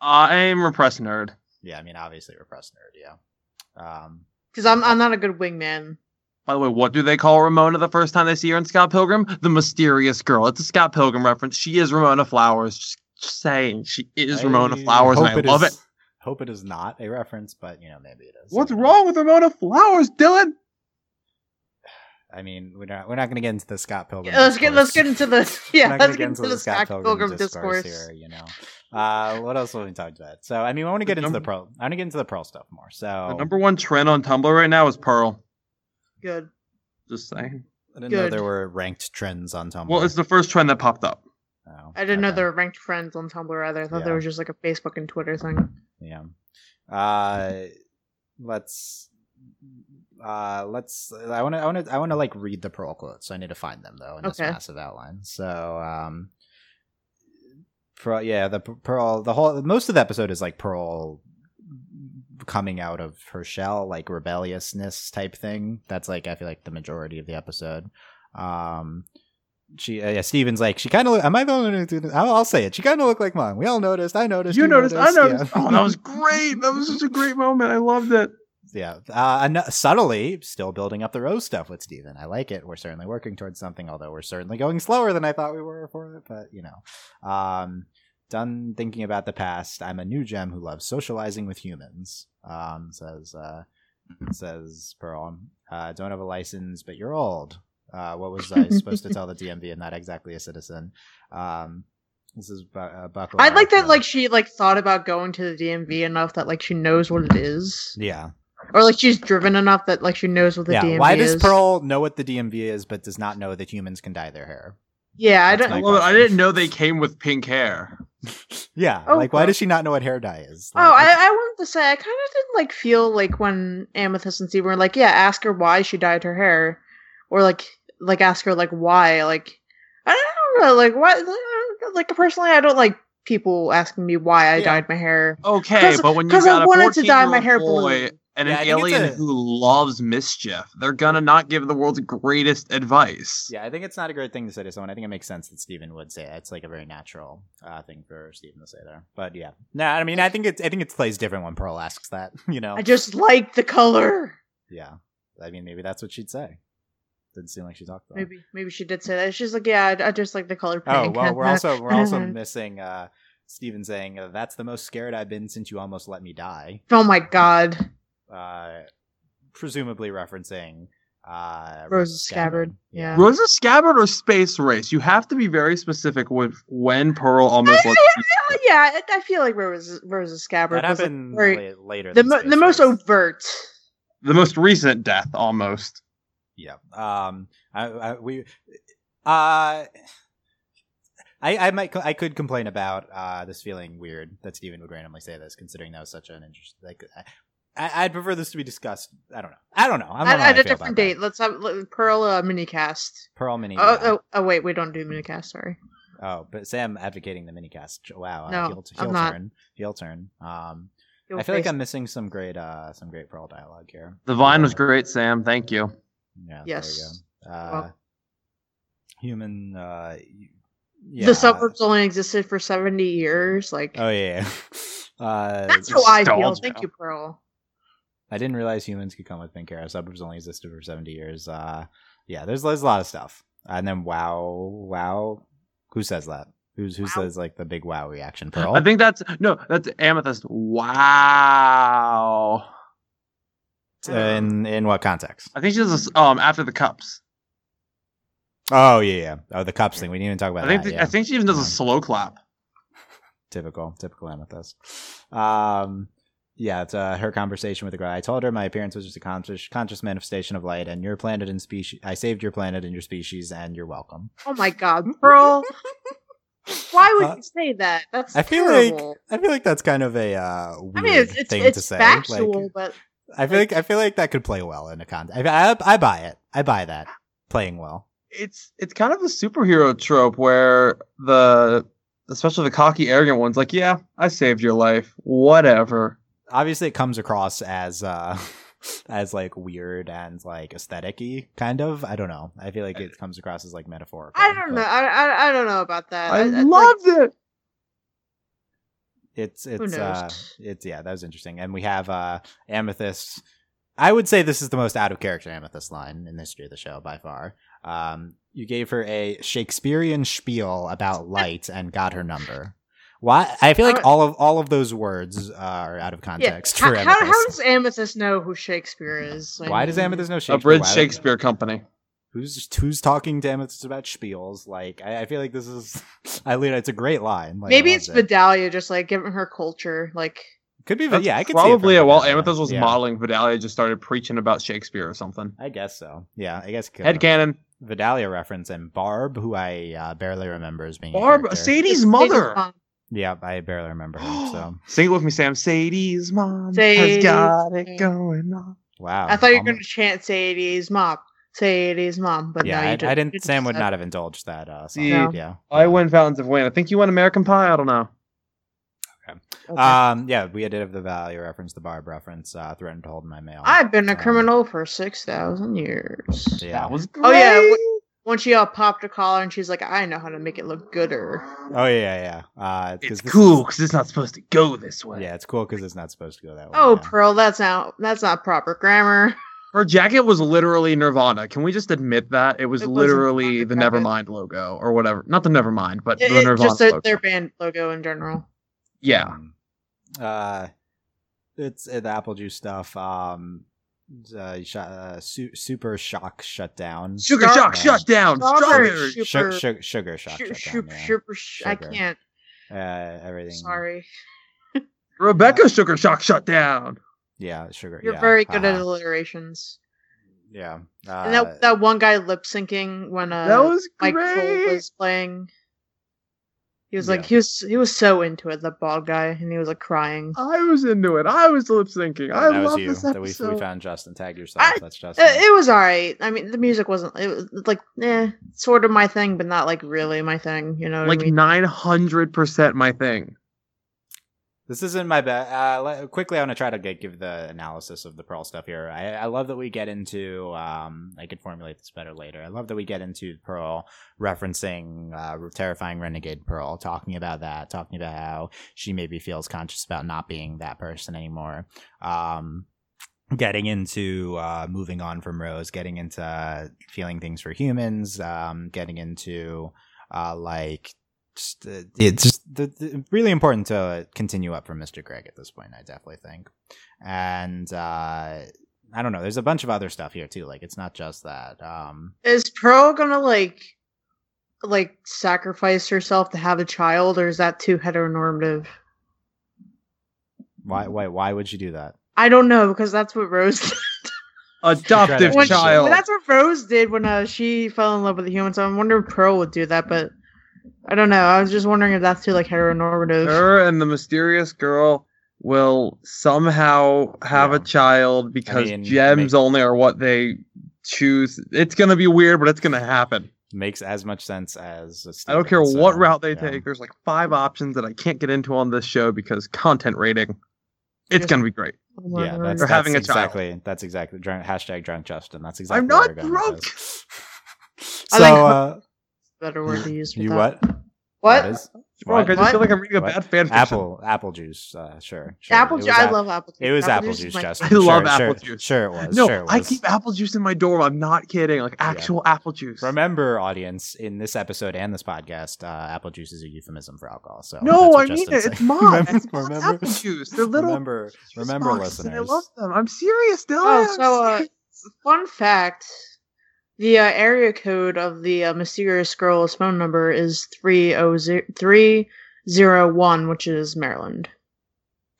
[SPEAKER 3] I'm repressed nerd.
[SPEAKER 1] Yeah, I mean, obviously repress nerd. Yeah. Um,
[SPEAKER 2] Because I'm I'm not a good wingman.
[SPEAKER 3] By the way, what do they call Ramona the first time they see her in Scott Pilgrim? The mysterious girl. It's a Scott Pilgrim reference. She is Ramona Flowers. Just saying, she is Ramona Flowers, and I
[SPEAKER 1] hope
[SPEAKER 3] love
[SPEAKER 1] is-
[SPEAKER 3] it.
[SPEAKER 1] Hope it is not a reference, but you know, maybe it is.
[SPEAKER 3] What's wrong with Ramona Flowers, Dylan?
[SPEAKER 1] I mean, we're not we're not going to get into the Scott Pilgrim.
[SPEAKER 2] Yeah, let's get let's
[SPEAKER 1] discourse.
[SPEAKER 2] get into the
[SPEAKER 1] We're
[SPEAKER 2] yeah
[SPEAKER 1] not
[SPEAKER 2] let's
[SPEAKER 1] gonna
[SPEAKER 2] get into the Scott Pilgrim, discourse.
[SPEAKER 1] here, you know. Uh, what else have we talked about? So, I mean, I want to
[SPEAKER 3] The
[SPEAKER 1] get into the
[SPEAKER 3] number-
[SPEAKER 1] pro. I want to get into the pro stuff more.
[SPEAKER 3] The
[SPEAKER 2] Oh.
[SPEAKER 1] So,
[SPEAKER 3] number one trend on Tumblr right now is Pearl.
[SPEAKER 2] Good.
[SPEAKER 3] Just saying.
[SPEAKER 1] I didn't know
[SPEAKER 2] good.
[SPEAKER 1] there were ranked trends on Tumblr.
[SPEAKER 3] Well, it's the first trend that popped up.
[SPEAKER 1] Oh,
[SPEAKER 2] I didn't know
[SPEAKER 1] okay.
[SPEAKER 2] there were ranked friends on Tumblr either. I thought
[SPEAKER 1] Yeah.
[SPEAKER 2] there was just like a Facebook and Twitter thing.
[SPEAKER 1] Yeah. Uh, let's. Uh, let's. I want to. I want to. I want to like read the pearl quotes. So I need to find them though in this
[SPEAKER 2] Okay.
[SPEAKER 1] massive outline. So, um, pearl. Yeah, the p- pearl. The whole most of the episode is like pearl coming out of her shell, like rebelliousness type thing. That's like I feel like the majority of the episode. Um, she uh, yeah, Steven's like she kind of. Am I the only one who? did- I'll, I'll say it. She kind of looked like mom. We all noticed. I noticed.
[SPEAKER 3] You noticed, I
[SPEAKER 1] Yeah.
[SPEAKER 3] noticed. Oh, that was great. That was such a great moment. I loved it.
[SPEAKER 1] yeah. Uh, an- subtly, still building up the rose stuff with Steven. I like it. We're certainly working towards something, although we're certainly going slower than I thought we were for it. But you know, um, done thinking about the past. I'm a new gem who loves socializing with humans. Um, says uh, says Pearl. Uh, don't have a license, but you're old. Uh, what was I supposed to tell the DMV? I'm not exactly a citizen. Um, this is Bu- uh, Buckle.
[SPEAKER 2] I'd like that
[SPEAKER 1] Uh,
[SPEAKER 2] like she like thought about going to the DMV enough that like she knows what it is,
[SPEAKER 1] yeah.
[SPEAKER 2] or like she's driven enough that like she knows what the
[SPEAKER 1] yeah.
[SPEAKER 2] DMV
[SPEAKER 1] Why
[SPEAKER 2] is.
[SPEAKER 1] does Pearl know what the DMV is, but does not know that humans can dye their hair?
[SPEAKER 2] Yeah, I
[SPEAKER 1] That's
[SPEAKER 2] don't.
[SPEAKER 1] my
[SPEAKER 3] I love it. I
[SPEAKER 1] question.
[SPEAKER 3] didn't know they came with pink hair.
[SPEAKER 1] Yeah,
[SPEAKER 2] Oh,
[SPEAKER 1] like why
[SPEAKER 2] God.
[SPEAKER 1] does she not know what hair dye is?
[SPEAKER 2] Oh, I, I wanted to say I kind of didn't like feel like when Amethyst and Steve were like, yeah, ask her why she dyed her hair, or like like ask her like why like I don't know like why like personally I don't like people asking me why I
[SPEAKER 1] Yeah.
[SPEAKER 2] dyed my hair
[SPEAKER 3] Okay,
[SPEAKER 2] 'Cause-
[SPEAKER 3] but when you
[SPEAKER 2] because
[SPEAKER 3] got
[SPEAKER 2] I
[SPEAKER 3] a
[SPEAKER 2] wanted to dye my
[SPEAKER 3] 14-year-old
[SPEAKER 2] hair
[SPEAKER 3] boy
[SPEAKER 2] blue.
[SPEAKER 3] and
[SPEAKER 1] Yeah, I think
[SPEAKER 3] an
[SPEAKER 1] it's
[SPEAKER 3] alien
[SPEAKER 1] a-
[SPEAKER 3] who loves mischief, they're gonna not give the world's greatest advice.
[SPEAKER 1] yeah, I think it's not a great thing to say to someone. I think it makes sense that Steven would say that. It's like a very natural uh, thing for Steven to say there. But yeah, no, I mean, I think it's I think it plays different when Pearl asks that. You know,
[SPEAKER 2] I
[SPEAKER 3] Oh.
[SPEAKER 2] just like the color.
[SPEAKER 1] yeah, I mean, maybe that's what she'd say. Didn't seem like she talked about. it.
[SPEAKER 2] Maybe maybe she did say that. She's like, yeah, I, I just like the color
[SPEAKER 1] Oh
[SPEAKER 2] pink.
[SPEAKER 1] well, we're also we're also missing uh, Steven saying uh, that's the most scared I've been since you almost let me die.
[SPEAKER 2] oh my god,
[SPEAKER 1] Uh, presumably referencing uh,
[SPEAKER 2] Rose's scabbard. Yeah.
[SPEAKER 3] Rosa Scabbard or Space Race? You have to be very specific with when Pearl almost lets
[SPEAKER 2] Uh, yeah, I, I feel like Rose Rose's scabbard
[SPEAKER 1] That
[SPEAKER 2] was like,
[SPEAKER 1] happened
[SPEAKER 2] very-
[SPEAKER 1] la- later.
[SPEAKER 2] the
[SPEAKER 1] than
[SPEAKER 2] mo-
[SPEAKER 1] Space
[SPEAKER 2] the most
[SPEAKER 1] Race.
[SPEAKER 2] overt.
[SPEAKER 3] the most recent death almost.
[SPEAKER 1] Yeah. Um. I, I we. Uh. I I might I could complain about uh this feeling weird that Steven would randomly say this, considering that was such an interesting like. I, I- I'd prefer this to be discussed. I don't know. I don't know. I'm
[SPEAKER 2] At,
[SPEAKER 1] not
[SPEAKER 2] at a different date, let's have let, Pearl uh, minicast.
[SPEAKER 1] Pearl mini.
[SPEAKER 2] Oh,
[SPEAKER 1] yeah.
[SPEAKER 2] oh, oh, wait, we don't do minicast. Sorry.
[SPEAKER 1] oh. but Sam advocating the minicast. Wow.
[SPEAKER 2] No,
[SPEAKER 1] uh, heel,
[SPEAKER 2] I'm
[SPEAKER 1] heel
[SPEAKER 2] not.
[SPEAKER 1] turn. Heel turn. Um.
[SPEAKER 2] You'll
[SPEAKER 1] I feel like
[SPEAKER 2] face-
[SPEAKER 1] I'm missing some great uh some great Pearl dialogue here.
[SPEAKER 3] The vine was
[SPEAKER 1] Uh,
[SPEAKER 3] great, Sam. Thank you.
[SPEAKER 1] Yeah,
[SPEAKER 2] Yes.
[SPEAKER 1] There you go. Uh,
[SPEAKER 2] Well-
[SPEAKER 1] human. Uh, y- yeah.
[SPEAKER 2] The suburbs only existed for 70 years. Like,
[SPEAKER 1] Oh yeah. Uh,
[SPEAKER 2] that's how I feel.
[SPEAKER 3] Stalled
[SPEAKER 2] Thank
[SPEAKER 3] now.
[SPEAKER 2] you, Pearl.
[SPEAKER 1] I didn't realize humans could come with pink hair. Suburbs only existed for seventy years. Uh, yeah, there's there's a lot of stuff. And then wow, wow, who says that? Who's who
[SPEAKER 2] Wow.
[SPEAKER 1] says like the big wow reaction? Pearl.
[SPEAKER 3] I think that's no, that's amethyst. Wow.
[SPEAKER 1] Uh, in in what context?
[SPEAKER 3] I think she does this um after the cups.
[SPEAKER 1] Oh yeah, yeah. Oh, the cups thing. We didn't even talk about
[SPEAKER 3] I think
[SPEAKER 1] that.
[SPEAKER 3] th-
[SPEAKER 1] yeah.
[SPEAKER 3] I think she even does
[SPEAKER 1] Yeah.
[SPEAKER 3] a slow clap.
[SPEAKER 1] typical, typical amethyst. Um, yeah, it's uh, her conversation with the girl. I told her my appearance was just a conscious, conscious manifestation of light, and your planet and species. I saved your planet and your species, and you're welcome.
[SPEAKER 2] Oh my God, Pearl. Why would
[SPEAKER 1] Uh,
[SPEAKER 2] you say that? That's
[SPEAKER 1] I feel like-
[SPEAKER 2] terrible.
[SPEAKER 1] I feel like that's kind of a uh, weird
[SPEAKER 2] I mean, it's, it's,
[SPEAKER 1] thing
[SPEAKER 2] it's
[SPEAKER 1] to say.
[SPEAKER 2] factual,
[SPEAKER 1] Like,
[SPEAKER 2] but
[SPEAKER 1] I feel like I feel like that could play well in a context. I, I, I buy it. I buy that playing well.
[SPEAKER 3] It's it's kind of a superhero trope where the especially the cocky arrogant ones like, yeah, I saved your life. Whatever.
[SPEAKER 1] Obviously, it comes across as. Uh, As like weird and like aesthetic-y kind of. I don't know. I feel like it comes across as like metaphorical.
[SPEAKER 2] I don't
[SPEAKER 1] but-
[SPEAKER 2] know. I, I, I don't know about that.
[SPEAKER 3] I,
[SPEAKER 2] like,
[SPEAKER 3] loved it.
[SPEAKER 1] it's it's
[SPEAKER 2] knows?
[SPEAKER 1] uh it's yeah that was interesting and we have uh amethyst i would say this is the most out of character amethyst line in the history of the show by far um you gave her a shakespearean spiel about light and got her number why i feel like
[SPEAKER 2] How-
[SPEAKER 1] all of all of those words uh, are out of
[SPEAKER 2] yeah.
[SPEAKER 1] context
[SPEAKER 2] How,
[SPEAKER 1] for
[SPEAKER 2] how-
[SPEAKER 1] amethyst
[SPEAKER 2] how does Amethyst know who Shakespeare is? I
[SPEAKER 1] why does
[SPEAKER 2] mean,
[SPEAKER 1] amethyst know shakespeare
[SPEAKER 3] A bridge
[SPEAKER 1] Why would-
[SPEAKER 3] Shakespeare Company.
[SPEAKER 1] who's who's talking to amethyst about spiels like i, I feel like this is i literally it's a great line like, I
[SPEAKER 2] Maybe
[SPEAKER 1] loved
[SPEAKER 2] it's
[SPEAKER 1] it.
[SPEAKER 2] Vidalia just like giving her culture. Like,
[SPEAKER 1] could be
[SPEAKER 3] That's
[SPEAKER 1] yeah i could see it
[SPEAKER 3] probably
[SPEAKER 1] from
[SPEAKER 3] it while
[SPEAKER 1] Vidalia.
[SPEAKER 3] Amethyst was
[SPEAKER 1] Yeah,
[SPEAKER 3] modeling, Vidalia just started preaching about Shakespeare or something.
[SPEAKER 1] i guess so yeah i guess it could
[SPEAKER 3] Head
[SPEAKER 1] have-
[SPEAKER 3] cannon.
[SPEAKER 1] Vidalia reference and Barb, who I uh, barely remember as being a
[SPEAKER 3] Barb,
[SPEAKER 1] character.
[SPEAKER 3] Sadie's
[SPEAKER 2] Sadie's
[SPEAKER 3] mother.
[SPEAKER 2] mom.
[SPEAKER 1] Yeah, I barely remember her. So
[SPEAKER 3] Sing it with me, Sam. Sadie's mom has
[SPEAKER 2] Sadie's
[SPEAKER 3] got it
[SPEAKER 2] mom.
[SPEAKER 3] going on.
[SPEAKER 1] wow. Um,
[SPEAKER 2] I thought you were
[SPEAKER 1] Almo-
[SPEAKER 2] going to chant Sadie's mom. Sadie's mom, but
[SPEAKER 1] Yeah,
[SPEAKER 2] no, you
[SPEAKER 1] I, I
[SPEAKER 2] you
[SPEAKER 1] didn't. Sam would
[SPEAKER 2] said-
[SPEAKER 1] not have indulged that. Uh, song.
[SPEAKER 3] Yeah.
[SPEAKER 1] Yeah.
[SPEAKER 3] I win Fountains of Wayne. I think you won American Pie. I don't know.
[SPEAKER 2] Okay.
[SPEAKER 1] Um. Yeah, we did have the Vidalia reference, the Barb reference. Uh, threatened to hold my mail.
[SPEAKER 2] I've been a
[SPEAKER 1] um,
[SPEAKER 2] criminal for six thousand years.
[SPEAKER 1] Yeah.
[SPEAKER 3] was great.
[SPEAKER 2] Oh, yeah, what- When she all popped a collar and she's like, "I know how to make it look gooder."
[SPEAKER 1] Oh yeah, yeah. Uh, 'cause
[SPEAKER 3] it's
[SPEAKER 1] this
[SPEAKER 3] cool because it's not supposed to go this
[SPEAKER 1] is-
[SPEAKER 3] way.
[SPEAKER 1] yeah, it's cool because it's not supposed to go that way.
[SPEAKER 2] Oh,
[SPEAKER 1] yeah.
[SPEAKER 2] Pearl, that's not that's not proper grammar.
[SPEAKER 3] Her jacket was literally Nirvana. Can we just admit that? It was
[SPEAKER 2] It was
[SPEAKER 3] literally
[SPEAKER 2] Nirvana
[SPEAKER 3] the
[SPEAKER 2] jacket.
[SPEAKER 3] Nevermind logo or whatever. Not the Nevermind, but
[SPEAKER 2] It-
[SPEAKER 3] the
[SPEAKER 2] it-
[SPEAKER 3] Nirvana
[SPEAKER 2] just their,
[SPEAKER 3] logo.
[SPEAKER 2] their band logo in general.
[SPEAKER 3] Yeah.
[SPEAKER 1] Um, uh, it's uh, the apple juice stuff. Um, uh, sh- uh, su- super shock shutdown.
[SPEAKER 3] Sugar
[SPEAKER 2] Star-
[SPEAKER 3] Shock shut down.
[SPEAKER 2] Strawberry
[SPEAKER 3] Strawberry.
[SPEAKER 2] shoot-
[SPEAKER 1] Sugar, sugar,
[SPEAKER 2] Super-
[SPEAKER 1] sugar shock.
[SPEAKER 2] Shoo-
[SPEAKER 1] shutdown,
[SPEAKER 2] shoo-
[SPEAKER 1] yeah.
[SPEAKER 2] shoo- shoo- I
[SPEAKER 1] Sugar.
[SPEAKER 2] can't.
[SPEAKER 1] uh, everything.
[SPEAKER 2] Sorry,
[SPEAKER 3] Rebecca Sugar Shock shut down.
[SPEAKER 1] Yeah, sugar.
[SPEAKER 2] you're
[SPEAKER 1] yeah,
[SPEAKER 2] very good at
[SPEAKER 1] haha,
[SPEAKER 2] alliterations.
[SPEAKER 1] Yeah.
[SPEAKER 2] and
[SPEAKER 1] Uh,
[SPEAKER 2] that that one guy lip syncing when uh,
[SPEAKER 3] that was
[SPEAKER 2] Mike
[SPEAKER 3] great.
[SPEAKER 2] Cole was playing. He was like
[SPEAKER 1] Yeah.
[SPEAKER 2] he was he was so into it, the bald guy, and he was like crying.
[SPEAKER 3] I was into it. I was lip syncing.
[SPEAKER 1] oh,
[SPEAKER 3] I
[SPEAKER 1] that was
[SPEAKER 3] love
[SPEAKER 1] you.
[SPEAKER 3] this
[SPEAKER 1] That we,
[SPEAKER 3] episode.
[SPEAKER 1] we found Justin. Tag yourself.
[SPEAKER 2] I-
[SPEAKER 1] That's Justin.
[SPEAKER 2] Uh, It, it was alright. I mean, the music wasn't it was like eh, sort of my thing, but not like really my thing. You know what
[SPEAKER 3] like
[SPEAKER 2] I mean?
[SPEAKER 3] nine hundred percent my thing.
[SPEAKER 1] this isn't my bad. Uh, le- quickly, I want to try to get, give the analysis of the Pearl stuff here. I, I love that we get into. Um, I could formulate this better later. I love that we get into Pearl referencing uh, terrifying renegade Pearl, talking about that, talking about how she maybe feels conscious about not being that person anymore. Um, getting into uh, moving on from Rose, getting into uh, feeling things for humans, um, getting into uh, like just, uh, it's just the, the, really important to uh, continue up from Mr. Greg at this point. I definitely think, and uh, I don't know. There's a bunch of other stuff here too. Like it's not just that. Um,
[SPEAKER 2] Is Pearl gonna like like sacrifice herself to have a child, or is that too heteronormative?
[SPEAKER 3] Mm.
[SPEAKER 1] why why why would you do that?
[SPEAKER 2] I don't know because that's what Rose did.
[SPEAKER 3] Adoptive
[SPEAKER 1] When
[SPEAKER 2] When
[SPEAKER 1] she-
[SPEAKER 2] she-
[SPEAKER 3] child.
[SPEAKER 2] that's what Rose did when uh, she fell in love with a human. So I'm wondering if Pearl would do that, but I don't know. I was just wondering if that's too like heteronormative.
[SPEAKER 3] her and the mysterious girl will somehow have
[SPEAKER 1] Yeah.
[SPEAKER 3] a child because
[SPEAKER 1] mean,
[SPEAKER 3] gems
[SPEAKER 1] may-
[SPEAKER 3] only are what they choose. It's gonna be weird, but it's gonna happen.
[SPEAKER 1] Makes as much sense as a
[SPEAKER 3] I don't care
[SPEAKER 1] statement,
[SPEAKER 3] what
[SPEAKER 1] so,
[SPEAKER 3] route they
[SPEAKER 1] yeah.
[SPEAKER 3] take. There's like five options that I can't get into on this show because content rating. It's gonna be great.
[SPEAKER 1] Yeah, that's,
[SPEAKER 3] Or
[SPEAKER 1] that's
[SPEAKER 3] having a child.
[SPEAKER 1] exactly that's exactly drunk, hashtag drunk Justin. That's exactly.
[SPEAKER 3] I'm
[SPEAKER 1] where
[SPEAKER 3] not
[SPEAKER 1] we're going with
[SPEAKER 3] drunk!
[SPEAKER 1] this. so
[SPEAKER 2] I like-
[SPEAKER 1] uh,
[SPEAKER 2] better word to use. for
[SPEAKER 1] you
[SPEAKER 2] that.
[SPEAKER 1] what?
[SPEAKER 2] What?
[SPEAKER 1] That is-
[SPEAKER 3] Wrong,
[SPEAKER 1] what?
[SPEAKER 3] I just feel like I'm reading a
[SPEAKER 1] What?
[SPEAKER 3] bad fan fiction.
[SPEAKER 1] Apple apple juice. Uh, sure, sure.
[SPEAKER 2] apple
[SPEAKER 1] It was
[SPEAKER 2] juice. I
[SPEAKER 1] ap-
[SPEAKER 2] love apple juice.
[SPEAKER 1] It was apple,
[SPEAKER 2] is
[SPEAKER 1] juice,
[SPEAKER 2] my-
[SPEAKER 1] Justin.
[SPEAKER 3] I love
[SPEAKER 1] Sure,
[SPEAKER 3] apple
[SPEAKER 1] sure,
[SPEAKER 3] juice.
[SPEAKER 1] Sure, it was.
[SPEAKER 3] No,
[SPEAKER 1] sure uh, it was.
[SPEAKER 3] I keep apple juice in my dorm. I'm not kidding. Like actual apple juice.
[SPEAKER 1] Remember, audience, in this episode and this podcast, uh, apple juice is a euphemism for alcohol. So that's
[SPEAKER 3] no,
[SPEAKER 1] what
[SPEAKER 3] I mean
[SPEAKER 1] Justin
[SPEAKER 3] it.
[SPEAKER 1] said.
[SPEAKER 3] It's mom.
[SPEAKER 1] Remember-
[SPEAKER 3] it's mom's
[SPEAKER 1] remember-
[SPEAKER 3] apple juice. They're little
[SPEAKER 1] Remember,
[SPEAKER 3] juice
[SPEAKER 1] remember,
[SPEAKER 3] boxes, and I
[SPEAKER 1] listeners.
[SPEAKER 3] love them. I'm serious, Dylan.
[SPEAKER 2] Oh,
[SPEAKER 3] I'm
[SPEAKER 2] so, uh,
[SPEAKER 3] serious.
[SPEAKER 2] Fun fact: the uh, area code of the uh, mysterious girl's phone number is three oh zero three zero one, which is Maryland.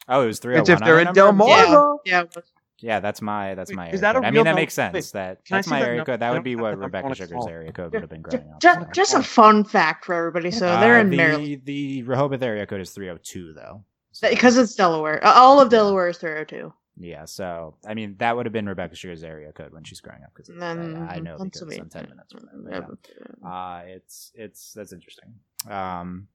[SPEAKER 1] Oh, it was three.
[SPEAKER 3] It's if they're in Del
[SPEAKER 2] Yeah.
[SPEAKER 3] Mar.
[SPEAKER 2] Yeah, but
[SPEAKER 1] Yeah, that's my that's
[SPEAKER 3] Wait,
[SPEAKER 1] my.
[SPEAKER 3] is
[SPEAKER 1] area
[SPEAKER 3] that a
[SPEAKER 1] code. I
[SPEAKER 3] real
[SPEAKER 1] mean, that
[SPEAKER 3] number?
[SPEAKER 1] makes sense.
[SPEAKER 3] Wait,
[SPEAKER 1] that
[SPEAKER 3] can I
[SPEAKER 1] that's
[SPEAKER 3] see
[SPEAKER 1] my
[SPEAKER 3] that
[SPEAKER 1] area
[SPEAKER 3] number?
[SPEAKER 1] code.
[SPEAKER 3] I
[SPEAKER 1] That would
[SPEAKER 3] don't
[SPEAKER 1] be
[SPEAKER 3] have
[SPEAKER 1] what
[SPEAKER 3] that. I'm
[SPEAKER 1] Rebecca
[SPEAKER 3] gonna
[SPEAKER 1] Sugar's
[SPEAKER 3] call.
[SPEAKER 1] area code
[SPEAKER 2] Ju-
[SPEAKER 1] would have been
[SPEAKER 2] ju-
[SPEAKER 1] growing up.
[SPEAKER 2] just
[SPEAKER 1] yeah.
[SPEAKER 2] just a fun fact for everybody. So they're
[SPEAKER 1] Uh,
[SPEAKER 2] in
[SPEAKER 1] the,
[SPEAKER 2] Maryland
[SPEAKER 1] The Rehoboth area code is 302, though. So-
[SPEAKER 2] because it's Delaware. Uh, All of Delaware is three oh two.
[SPEAKER 1] yeah, so I mean that would have been Rebecca Sugar's area code when she's growing up because
[SPEAKER 2] And then
[SPEAKER 1] I, I know because
[SPEAKER 2] Pennsylvania.
[SPEAKER 1] I'm ten minutes from there.
[SPEAKER 2] Yeah.
[SPEAKER 1] but yeah. Uh, it's it's that's interesting. Um,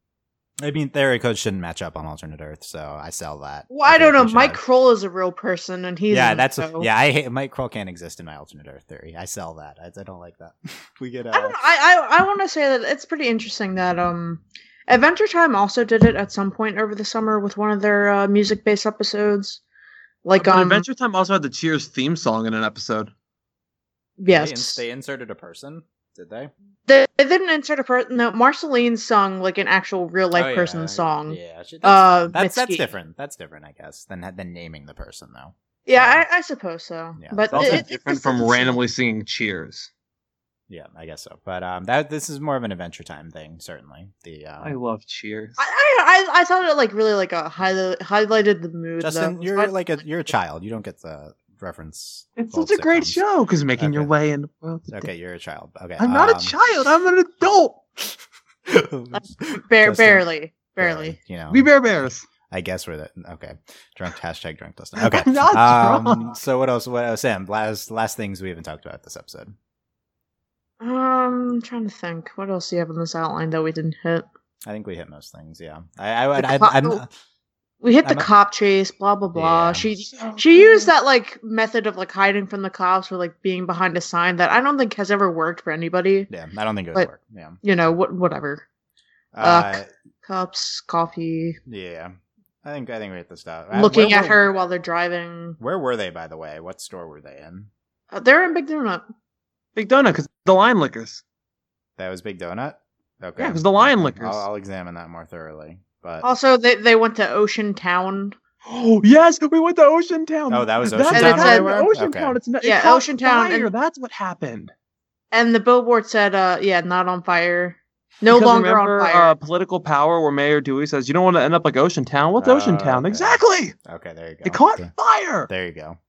[SPEAKER 1] I mean the area code shouldn't match up on alternate Earth, so I sell that.
[SPEAKER 2] Well, I
[SPEAKER 1] think
[SPEAKER 2] don't know.
[SPEAKER 1] we should
[SPEAKER 2] Mike
[SPEAKER 1] have-
[SPEAKER 2] Kroll is a real person, and he's
[SPEAKER 1] yeah, that's
[SPEAKER 2] so.
[SPEAKER 1] yeah. I hate Mike Kroll can't exist in my alternate Earth theory. I sell that. I, I don't like that. we get. Uh,
[SPEAKER 2] I don't know. I I, I want to say that it's pretty interesting that um, Adventure Time also did it at some point over the summer with one of their uh, music based episodes. Like
[SPEAKER 3] But
[SPEAKER 2] um,
[SPEAKER 3] Adventure Time also had the Cheers theme song in an episode.
[SPEAKER 1] They, ins-
[SPEAKER 2] yes,
[SPEAKER 1] they
[SPEAKER 2] they,
[SPEAKER 1] inserted a person, did they?
[SPEAKER 2] they didn't insert a person. No, Marceline sung like an actual real life
[SPEAKER 1] Oh, yeah,
[SPEAKER 2] person
[SPEAKER 1] yeah,
[SPEAKER 2] song. Yeah,
[SPEAKER 1] Yeah, she- that's,
[SPEAKER 2] Uh,
[SPEAKER 1] that's, that's
[SPEAKER 2] Mitski.
[SPEAKER 1] different. That's different, I guess, than than naming the person though.
[SPEAKER 2] I, I suppose so.
[SPEAKER 1] Yeah,
[SPEAKER 2] but
[SPEAKER 1] it's
[SPEAKER 3] It's also
[SPEAKER 2] it- it-
[SPEAKER 3] different
[SPEAKER 2] it's-
[SPEAKER 3] from
[SPEAKER 2] it's-
[SPEAKER 3] randomly singing Cheers.
[SPEAKER 1] Yeah, I guess so. But um, that this is more of an Adventure Time thing, certainly. The
[SPEAKER 3] I
[SPEAKER 1] uh,
[SPEAKER 3] love Cheers.
[SPEAKER 2] I, I I I thought it like really like a highlight, highlighted the mood.
[SPEAKER 1] Justin,
[SPEAKER 2] though.
[SPEAKER 1] you're
[SPEAKER 2] I-
[SPEAKER 1] like a you're a child. You don't get the reference.
[SPEAKER 3] it's
[SPEAKER 1] old
[SPEAKER 3] such a great
[SPEAKER 1] sitcoms.
[SPEAKER 3] show because making your
[SPEAKER 1] Okay.
[SPEAKER 3] way in the world.
[SPEAKER 1] Okay, Um, you're a child. Okay,
[SPEAKER 3] I'm not a child. I'm an adult.
[SPEAKER 1] child.
[SPEAKER 2] Bare,
[SPEAKER 1] Justin-
[SPEAKER 2] barely, barely.
[SPEAKER 1] You know,
[SPEAKER 3] We bear bears.
[SPEAKER 1] I guess we're the okay. Drunk hashtag drunk Justin. Okay.
[SPEAKER 3] I'm not
[SPEAKER 1] Um,
[SPEAKER 3] drunk.
[SPEAKER 1] so what else? What else? Sam, last last things we haven't talked about this episode.
[SPEAKER 2] Um, I'm trying to think. What else do you have in this outline that we didn't hit?
[SPEAKER 1] I think we hit most things. Yeah, I, I would.
[SPEAKER 2] The
[SPEAKER 1] I,
[SPEAKER 2] clock-
[SPEAKER 1] I'm,
[SPEAKER 2] the- We hit the
[SPEAKER 1] I'm a-
[SPEAKER 2] cop chase. Blah blah blah.
[SPEAKER 1] Yeah.
[SPEAKER 2] She she used that like method of like hiding from the cops or like being behind a sign that I don't think has ever worked for anybody.
[SPEAKER 1] yeah, I don't think it would
[SPEAKER 2] But-
[SPEAKER 1] work. Yeah.
[SPEAKER 2] You know what? Whatever.
[SPEAKER 1] Uh,
[SPEAKER 2] Cups, coffee,
[SPEAKER 1] yeah. I think I think we hit this out. Uh,
[SPEAKER 2] looking
[SPEAKER 1] where
[SPEAKER 2] at
[SPEAKER 1] were-
[SPEAKER 2] her while they're driving.
[SPEAKER 1] Where were they, by the way? What store were they in?
[SPEAKER 2] Uh, they're in Big Donut.
[SPEAKER 3] Big Donut because the Lion Lickers.
[SPEAKER 1] That was Big Donut. Okay.
[SPEAKER 3] Yeah, it was the Lion Lickers.
[SPEAKER 1] I'll, I'll examine that more thoroughly.
[SPEAKER 3] Uh,
[SPEAKER 1] But
[SPEAKER 2] Also, they they went to Ocean Town.
[SPEAKER 3] Oh yes, we went to Ocean Town.
[SPEAKER 1] Oh, that was
[SPEAKER 3] That's
[SPEAKER 1] Ocean
[SPEAKER 2] Town
[SPEAKER 3] not
[SPEAKER 2] where they
[SPEAKER 3] in
[SPEAKER 1] were?
[SPEAKER 3] Ocean
[SPEAKER 1] Okay.
[SPEAKER 3] Town. It's not. it
[SPEAKER 2] Yeah,
[SPEAKER 3] caught
[SPEAKER 2] Ocean Town
[SPEAKER 3] fire.
[SPEAKER 2] and-
[SPEAKER 3] That's what happened.
[SPEAKER 2] And the billboard said, uh, yeah, not on fire. No
[SPEAKER 3] Because
[SPEAKER 2] longer
[SPEAKER 3] remember,
[SPEAKER 2] on fire.
[SPEAKER 3] Uh, political power, where Mayor Dewey says, "You don't want to end up like Ocean Town." What's Ocean
[SPEAKER 1] Oh,
[SPEAKER 3] Town?
[SPEAKER 1] okay.
[SPEAKER 3] Exactly.
[SPEAKER 1] okay, there you go.
[SPEAKER 3] It caught
[SPEAKER 1] Okay.
[SPEAKER 3] fire,
[SPEAKER 1] There you go.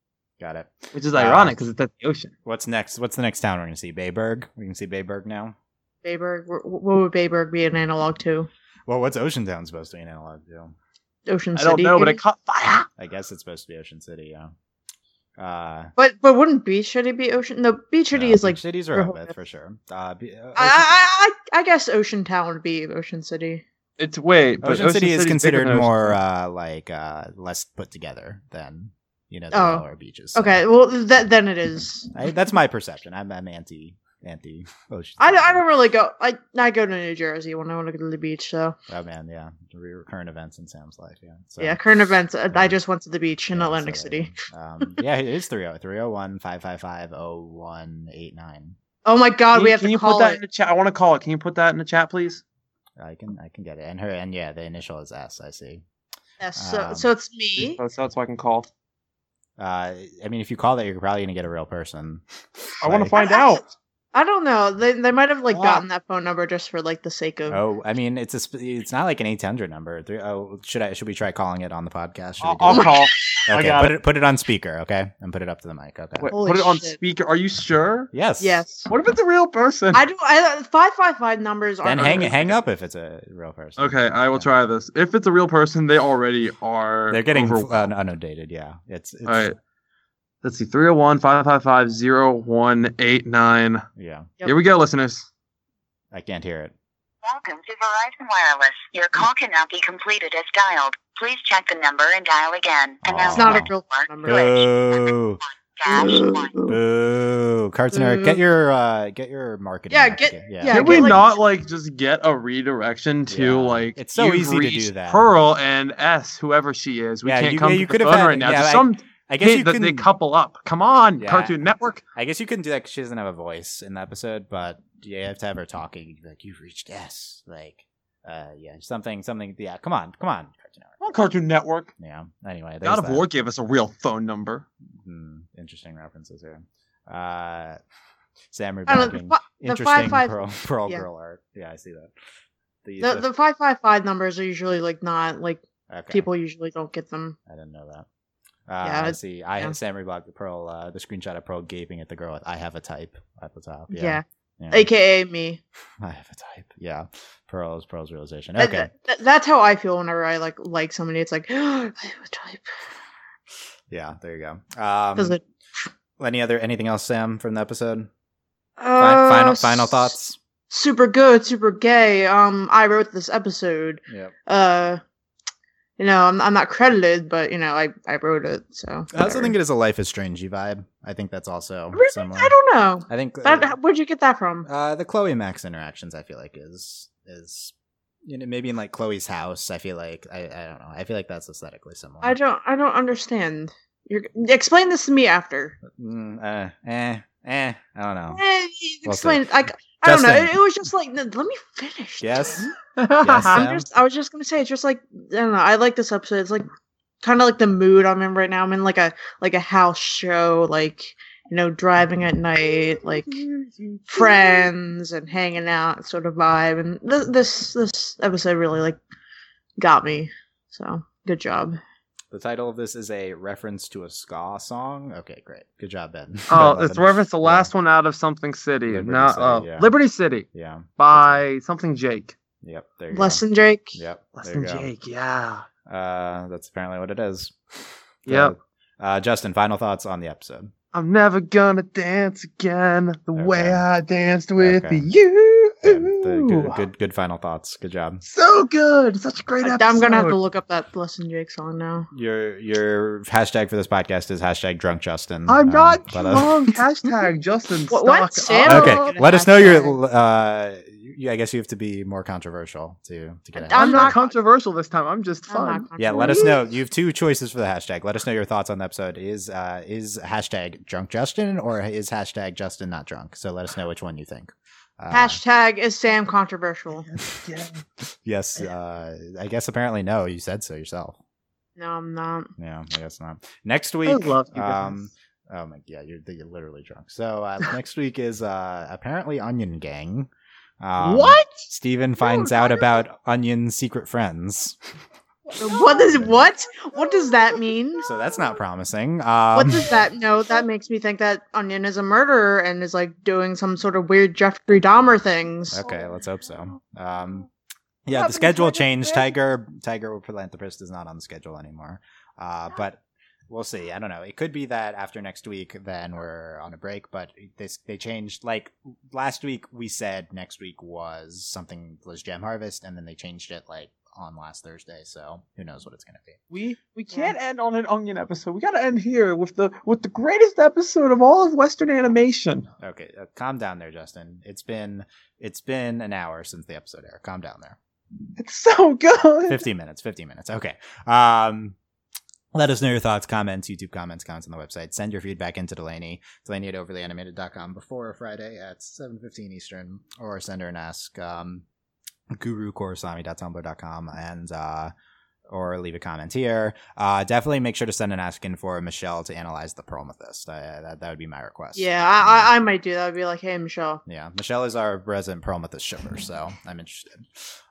[SPEAKER 1] Got it.
[SPEAKER 3] which is
[SPEAKER 1] Uh,
[SPEAKER 3] ironic because it's at the ocean.
[SPEAKER 1] What's next? What's the next town we're gonna see? Bayburg. We can see Bayburg now.
[SPEAKER 2] Bayberg, wh- wh- what would Bayberg be an analog to?
[SPEAKER 1] Well, what's Ocean Town supposed to be an analog to?
[SPEAKER 2] Ocean
[SPEAKER 3] I
[SPEAKER 2] City.
[SPEAKER 3] don't know, but
[SPEAKER 2] maybe?
[SPEAKER 3] it caught fire.
[SPEAKER 1] I guess it's supposed to be Ocean City. Yeah. Uh,
[SPEAKER 2] But but wouldn't Beach City be Ocean? No, Beach City
[SPEAKER 1] no,
[SPEAKER 2] is like. Ah!
[SPEAKER 1] Beach City's
[SPEAKER 2] Rehoboth.
[SPEAKER 1] Rehoboth for sure. Uh, be- uh,
[SPEAKER 2] I, I I I guess Ocean Town would be Ocean City.
[SPEAKER 3] It's wait, but
[SPEAKER 1] Ocean, City, is
[SPEAKER 3] City's bigger
[SPEAKER 1] considered
[SPEAKER 3] than Ocean
[SPEAKER 1] more
[SPEAKER 3] Town.
[SPEAKER 1] uh, like uh, less put together than you know the
[SPEAKER 2] Oh.
[SPEAKER 1] lower beaches. so-
[SPEAKER 2] Okay, well that then it is.
[SPEAKER 1] I, that's my perception. I'm, I'm anti anti ocean.
[SPEAKER 2] I, don't- I don't really go. I I go to New Jersey when I want to go to the beach. So
[SPEAKER 1] Oh man, yeah, Re- current events in Sam's life. Yeah, so,
[SPEAKER 2] yeah, current events. uh,
[SPEAKER 1] yeah.
[SPEAKER 2] I just went to the beach in
[SPEAKER 1] yeah,
[SPEAKER 2] Atlantic
[SPEAKER 1] so there you
[SPEAKER 2] City.
[SPEAKER 1] go. Um, yeah, it is 300 301 555 0189.
[SPEAKER 2] Oh my God,
[SPEAKER 3] Can
[SPEAKER 2] we
[SPEAKER 3] you-
[SPEAKER 2] have
[SPEAKER 3] can
[SPEAKER 2] to
[SPEAKER 3] you
[SPEAKER 2] call
[SPEAKER 3] put that
[SPEAKER 2] it.
[SPEAKER 3] in the chat? I want to call it. Can you put that in the chat, please?
[SPEAKER 1] I can I can get it. And her and yeah, the initial is S. I see.
[SPEAKER 2] Yes, so
[SPEAKER 1] um,
[SPEAKER 2] so it's me.
[SPEAKER 3] That's, Oh, that's why I can call.
[SPEAKER 1] Uh, I mean, if you call that, you're probably gonna get a real person.
[SPEAKER 3] I want to
[SPEAKER 1] Like-
[SPEAKER 3] find
[SPEAKER 2] I- I-
[SPEAKER 3] out.
[SPEAKER 2] I don't know. They they might have like
[SPEAKER 3] Ah.
[SPEAKER 2] gotten that phone number just for like the sake of.
[SPEAKER 1] Oh, I mean, it's a sp- it's not like an 800 number. Three, oh, should I should we try calling it on the podcast? Should we
[SPEAKER 3] I'll,
[SPEAKER 1] do
[SPEAKER 2] Oh,
[SPEAKER 1] that?
[SPEAKER 3] I'll call. I
[SPEAKER 1] Okay,
[SPEAKER 3] got
[SPEAKER 1] put it. put it on speaker, okay, and put it up to the mic, okay.
[SPEAKER 3] Wait,
[SPEAKER 2] Holy
[SPEAKER 3] put it on
[SPEAKER 2] shit.
[SPEAKER 3] speaker. Are you sure?
[SPEAKER 1] Yes.
[SPEAKER 2] Yes.
[SPEAKER 3] What if it's a real person?
[SPEAKER 2] I do. I uh, five five five numbers are.
[SPEAKER 1] Then hang
[SPEAKER 2] not-
[SPEAKER 1] hang up if it's a real person.
[SPEAKER 3] Okay, I will try this. If it's a real person, they already are.
[SPEAKER 1] They're getting
[SPEAKER 3] over-
[SPEAKER 1] un- undated. Yeah. It's, it's
[SPEAKER 3] All right. Let's see 301 555 0189.
[SPEAKER 1] Yeah.
[SPEAKER 2] Yep.
[SPEAKER 3] Here we go, listeners.
[SPEAKER 1] I can't hear it.
[SPEAKER 4] Welcome to Verizon Wireless. Your call cannot be completed as dialed. Please check the number and dial again.
[SPEAKER 1] Aw.
[SPEAKER 4] Announce
[SPEAKER 2] It's not a
[SPEAKER 4] number
[SPEAKER 2] real
[SPEAKER 4] four,
[SPEAKER 1] Boo!
[SPEAKER 2] number.
[SPEAKER 4] dash one.
[SPEAKER 1] Boo! Cartoner,
[SPEAKER 2] Boo.
[SPEAKER 1] get your uh, get your marketing.
[SPEAKER 2] Yeah,
[SPEAKER 1] up
[SPEAKER 2] get-
[SPEAKER 1] here.
[SPEAKER 2] yeah,
[SPEAKER 3] Can
[SPEAKER 2] get,
[SPEAKER 3] we
[SPEAKER 2] like-
[SPEAKER 3] not like just get a redirection to
[SPEAKER 1] Yeah.
[SPEAKER 3] like
[SPEAKER 1] It's so
[SPEAKER 3] you've
[SPEAKER 1] easy to do
[SPEAKER 3] reached
[SPEAKER 1] that.
[SPEAKER 3] Pearl and S, whoever she is. We
[SPEAKER 1] Yeah,
[SPEAKER 3] can't
[SPEAKER 1] you-
[SPEAKER 3] come
[SPEAKER 1] yeah,
[SPEAKER 3] to
[SPEAKER 1] you
[SPEAKER 3] the
[SPEAKER 1] could've
[SPEAKER 3] phone
[SPEAKER 1] had-
[SPEAKER 3] right now.
[SPEAKER 1] yeah,
[SPEAKER 3] Just
[SPEAKER 1] I-
[SPEAKER 3] some
[SPEAKER 1] I guess
[SPEAKER 3] kid
[SPEAKER 1] you
[SPEAKER 3] that
[SPEAKER 1] can.
[SPEAKER 3] they couple up. Come on,
[SPEAKER 1] Yeah.
[SPEAKER 3] Cartoon Network.
[SPEAKER 1] I guess you couldn't do that 'cause she doesn't have a voice in the episode, but you have to have her talking. You'd be Like you've reached S. Like, uh, yeah, something, something. Yeah, come on, come on, Cartoon Network.
[SPEAKER 3] Come on, Cartoon Network.
[SPEAKER 1] Yeah. Anyway, there's
[SPEAKER 3] God of
[SPEAKER 1] that.
[SPEAKER 3] War gave us a real phone number.
[SPEAKER 1] Hmm, interesting references here. Uh, Sam
[SPEAKER 2] I don't
[SPEAKER 1] revamping
[SPEAKER 2] know, the,
[SPEAKER 1] interesting
[SPEAKER 2] five- five-
[SPEAKER 1] Pearl, Pearl
[SPEAKER 2] yeah.
[SPEAKER 1] Girl art. Yeah, I see that. The,
[SPEAKER 2] fi- the, the five five five numbers are usually like not like
[SPEAKER 1] okay.
[SPEAKER 2] people usually don't get them.
[SPEAKER 1] I didn't know that. Uh,
[SPEAKER 2] Yeah,
[SPEAKER 1] I
[SPEAKER 2] it-
[SPEAKER 1] see. I
[SPEAKER 2] yeah.
[SPEAKER 1] had Sam reblocked the Pearl, uh, the screenshot of Pearl gaping at the girl. With, I have a type at the top.
[SPEAKER 2] Yeah.
[SPEAKER 1] Yeah. yeah.
[SPEAKER 2] AKA me.
[SPEAKER 1] I have a type. Yeah. Pearl's Pearl's realization.
[SPEAKER 2] That-
[SPEAKER 1] Okay.
[SPEAKER 2] that- that's how I feel whenever I like like somebody. It's like I have a type.
[SPEAKER 1] Yeah. There you go. Um,
[SPEAKER 2] Does it?
[SPEAKER 1] any other anything else, Sam, from the episode? Fi- final
[SPEAKER 2] Uh,
[SPEAKER 1] final
[SPEAKER 2] s-
[SPEAKER 1] thoughts.
[SPEAKER 2] Super good, super gay. Um, I wrote this episode.
[SPEAKER 1] Yep.
[SPEAKER 2] Uh, you know, I'm I'm not credited, but you know, I I wrote it. So
[SPEAKER 1] I also
[SPEAKER 2] whatever.
[SPEAKER 1] think it is a Life is Strangey vibe. I think that's also
[SPEAKER 2] Really?
[SPEAKER 1] similar.
[SPEAKER 2] I don't know.
[SPEAKER 1] I think
[SPEAKER 2] That,
[SPEAKER 1] uh,
[SPEAKER 2] how- where'd you get that from?
[SPEAKER 1] Uh, the Chloe Max interactions, I feel like, is is you know maybe in like Chloe's house. I feel like I, I don't know. I feel like that's aesthetically similar.
[SPEAKER 2] I don't I don't understand. You're explain this to me after.
[SPEAKER 1] Mm, uh, eh, eh. I don't know.
[SPEAKER 2] Eh,
[SPEAKER 1] Well
[SPEAKER 2] explain. I, I don't know.
[SPEAKER 1] Justin.
[SPEAKER 2] It, it was just like let me finish.
[SPEAKER 1] Yes.
[SPEAKER 2] I'm
[SPEAKER 1] Sam?
[SPEAKER 2] just, I was just gonna say, it's just like I don't know. I like this episode. It's like kind of like the mood I'm in right now. I'm in like a like a house show, like you know, driving at night, like friends and hanging out, sort of vibe. And th- this this episode really like got me. So good job.
[SPEAKER 1] The title of this is a reference to a ska song. Okay, great. Good job, Ben.
[SPEAKER 3] Oh,
[SPEAKER 1] Ben
[SPEAKER 3] it's
[SPEAKER 1] Levin.
[SPEAKER 3] wherever it's the last one out of something city.
[SPEAKER 1] Liberty
[SPEAKER 3] not
[SPEAKER 1] City,
[SPEAKER 3] uh,
[SPEAKER 1] yeah.
[SPEAKER 3] Liberty City
[SPEAKER 1] Yeah.
[SPEAKER 3] by something Jake.
[SPEAKER 1] Yep. There you go.
[SPEAKER 2] Lesson Drake.
[SPEAKER 1] Yep.
[SPEAKER 3] Less
[SPEAKER 1] There you
[SPEAKER 3] than
[SPEAKER 1] go.
[SPEAKER 3] Jake, yeah.
[SPEAKER 1] Uh, that's apparently what it is.
[SPEAKER 3] Yep.
[SPEAKER 1] So, Uh, Justin, final thoughts on the episode.
[SPEAKER 3] I'm never gonna dance again the
[SPEAKER 1] Okay.
[SPEAKER 3] way I danced with
[SPEAKER 1] Okay.
[SPEAKER 3] you.
[SPEAKER 1] Yeah, the good, good, good final thoughts. Good job.
[SPEAKER 3] So good. Such a great
[SPEAKER 2] I-
[SPEAKER 3] episode.
[SPEAKER 2] I'm gonna have to look up that Lesson Drake song now.
[SPEAKER 1] Your your hashtag for this podcast is hashtag drunk Justin. Um,
[SPEAKER 3] I'm not
[SPEAKER 1] but, uh,
[SPEAKER 3] drunk. Hashtag Justin
[SPEAKER 2] What- what,
[SPEAKER 3] Stock
[SPEAKER 2] Sam?
[SPEAKER 3] up.
[SPEAKER 2] Oh,
[SPEAKER 1] okay,
[SPEAKER 2] okay.
[SPEAKER 1] let us know your. Uh, you, I guess you have to be more controversial to to get. A
[SPEAKER 2] I'm
[SPEAKER 3] I'm
[SPEAKER 1] hashtag.
[SPEAKER 3] not
[SPEAKER 2] not-
[SPEAKER 3] controversial this time. I'm just
[SPEAKER 2] I'm not
[SPEAKER 3] fun.
[SPEAKER 1] yeah, let us know. You have two choices for the hashtag. Let us know your thoughts on the episode. Is uh, is hashtag drunk Justin or is hashtag Justin not drunk? So let us know which one you think. Uh,
[SPEAKER 2] Hashtag is Sam controversial?
[SPEAKER 1] yes, uh, I guess apparently no. You said so yourself.
[SPEAKER 2] No, I'm not.
[SPEAKER 1] Yeah, I guess not. Next week,
[SPEAKER 3] I love you guys.
[SPEAKER 1] um, Oh my yeah, you're you're literally drunk. So uh, next week is uh, apparently Onion Gang. Um,
[SPEAKER 3] what?
[SPEAKER 1] Steven finds out about Onion's secret friends,
[SPEAKER 2] What is what? What does that mean?
[SPEAKER 1] so that's not promising. Um,
[SPEAKER 2] What does that? No, that makes me think that Onion is a murderer and is like doing some sort of weird Jeffrey Dahmer things.
[SPEAKER 1] Okay, let's hope so. Um, yeah, the
[SPEAKER 3] happened to
[SPEAKER 1] schedule
[SPEAKER 3] Tiger
[SPEAKER 1] changed.
[SPEAKER 3] Fist?
[SPEAKER 1] Tiger Tiger Philanthropist is not on the schedule anymore. Uh, but we'll see. I don't know. It could be that after next week, then we're on a break. But this they changed. Like last week, we said next week was something was Gem Harvest, and then they changed it like on last Thursday. So who knows what it's gonna be?
[SPEAKER 3] We we
[SPEAKER 2] Yeah.
[SPEAKER 3] can't end on an onion episode. We gotta end here with the with the greatest episode of all of Western animation.
[SPEAKER 1] Okay, uh, calm down there, Justin. It's been it's been an hour since the episode aired. Calm down there.
[SPEAKER 3] It's so good.
[SPEAKER 1] 15 minutes 15 minutes okay um let us know your thoughts comments youtube comments comments on the website send your feedback into delaney delaney at overlyanimated.com before friday at 7.15 eastern or send her an ask um gurukorosami.tumblr.com and uh or leave a comment here. Uh, definitely make sure to send an ask in for Michelle to analyze the Pearl Mythist. Uh, that, that would be my request.
[SPEAKER 2] Yeah, I, I, I might do that. I'd be like, hey, Michelle,
[SPEAKER 1] Yeah. Michelle is our resident Pearl Mythist shipper, so I'm interested.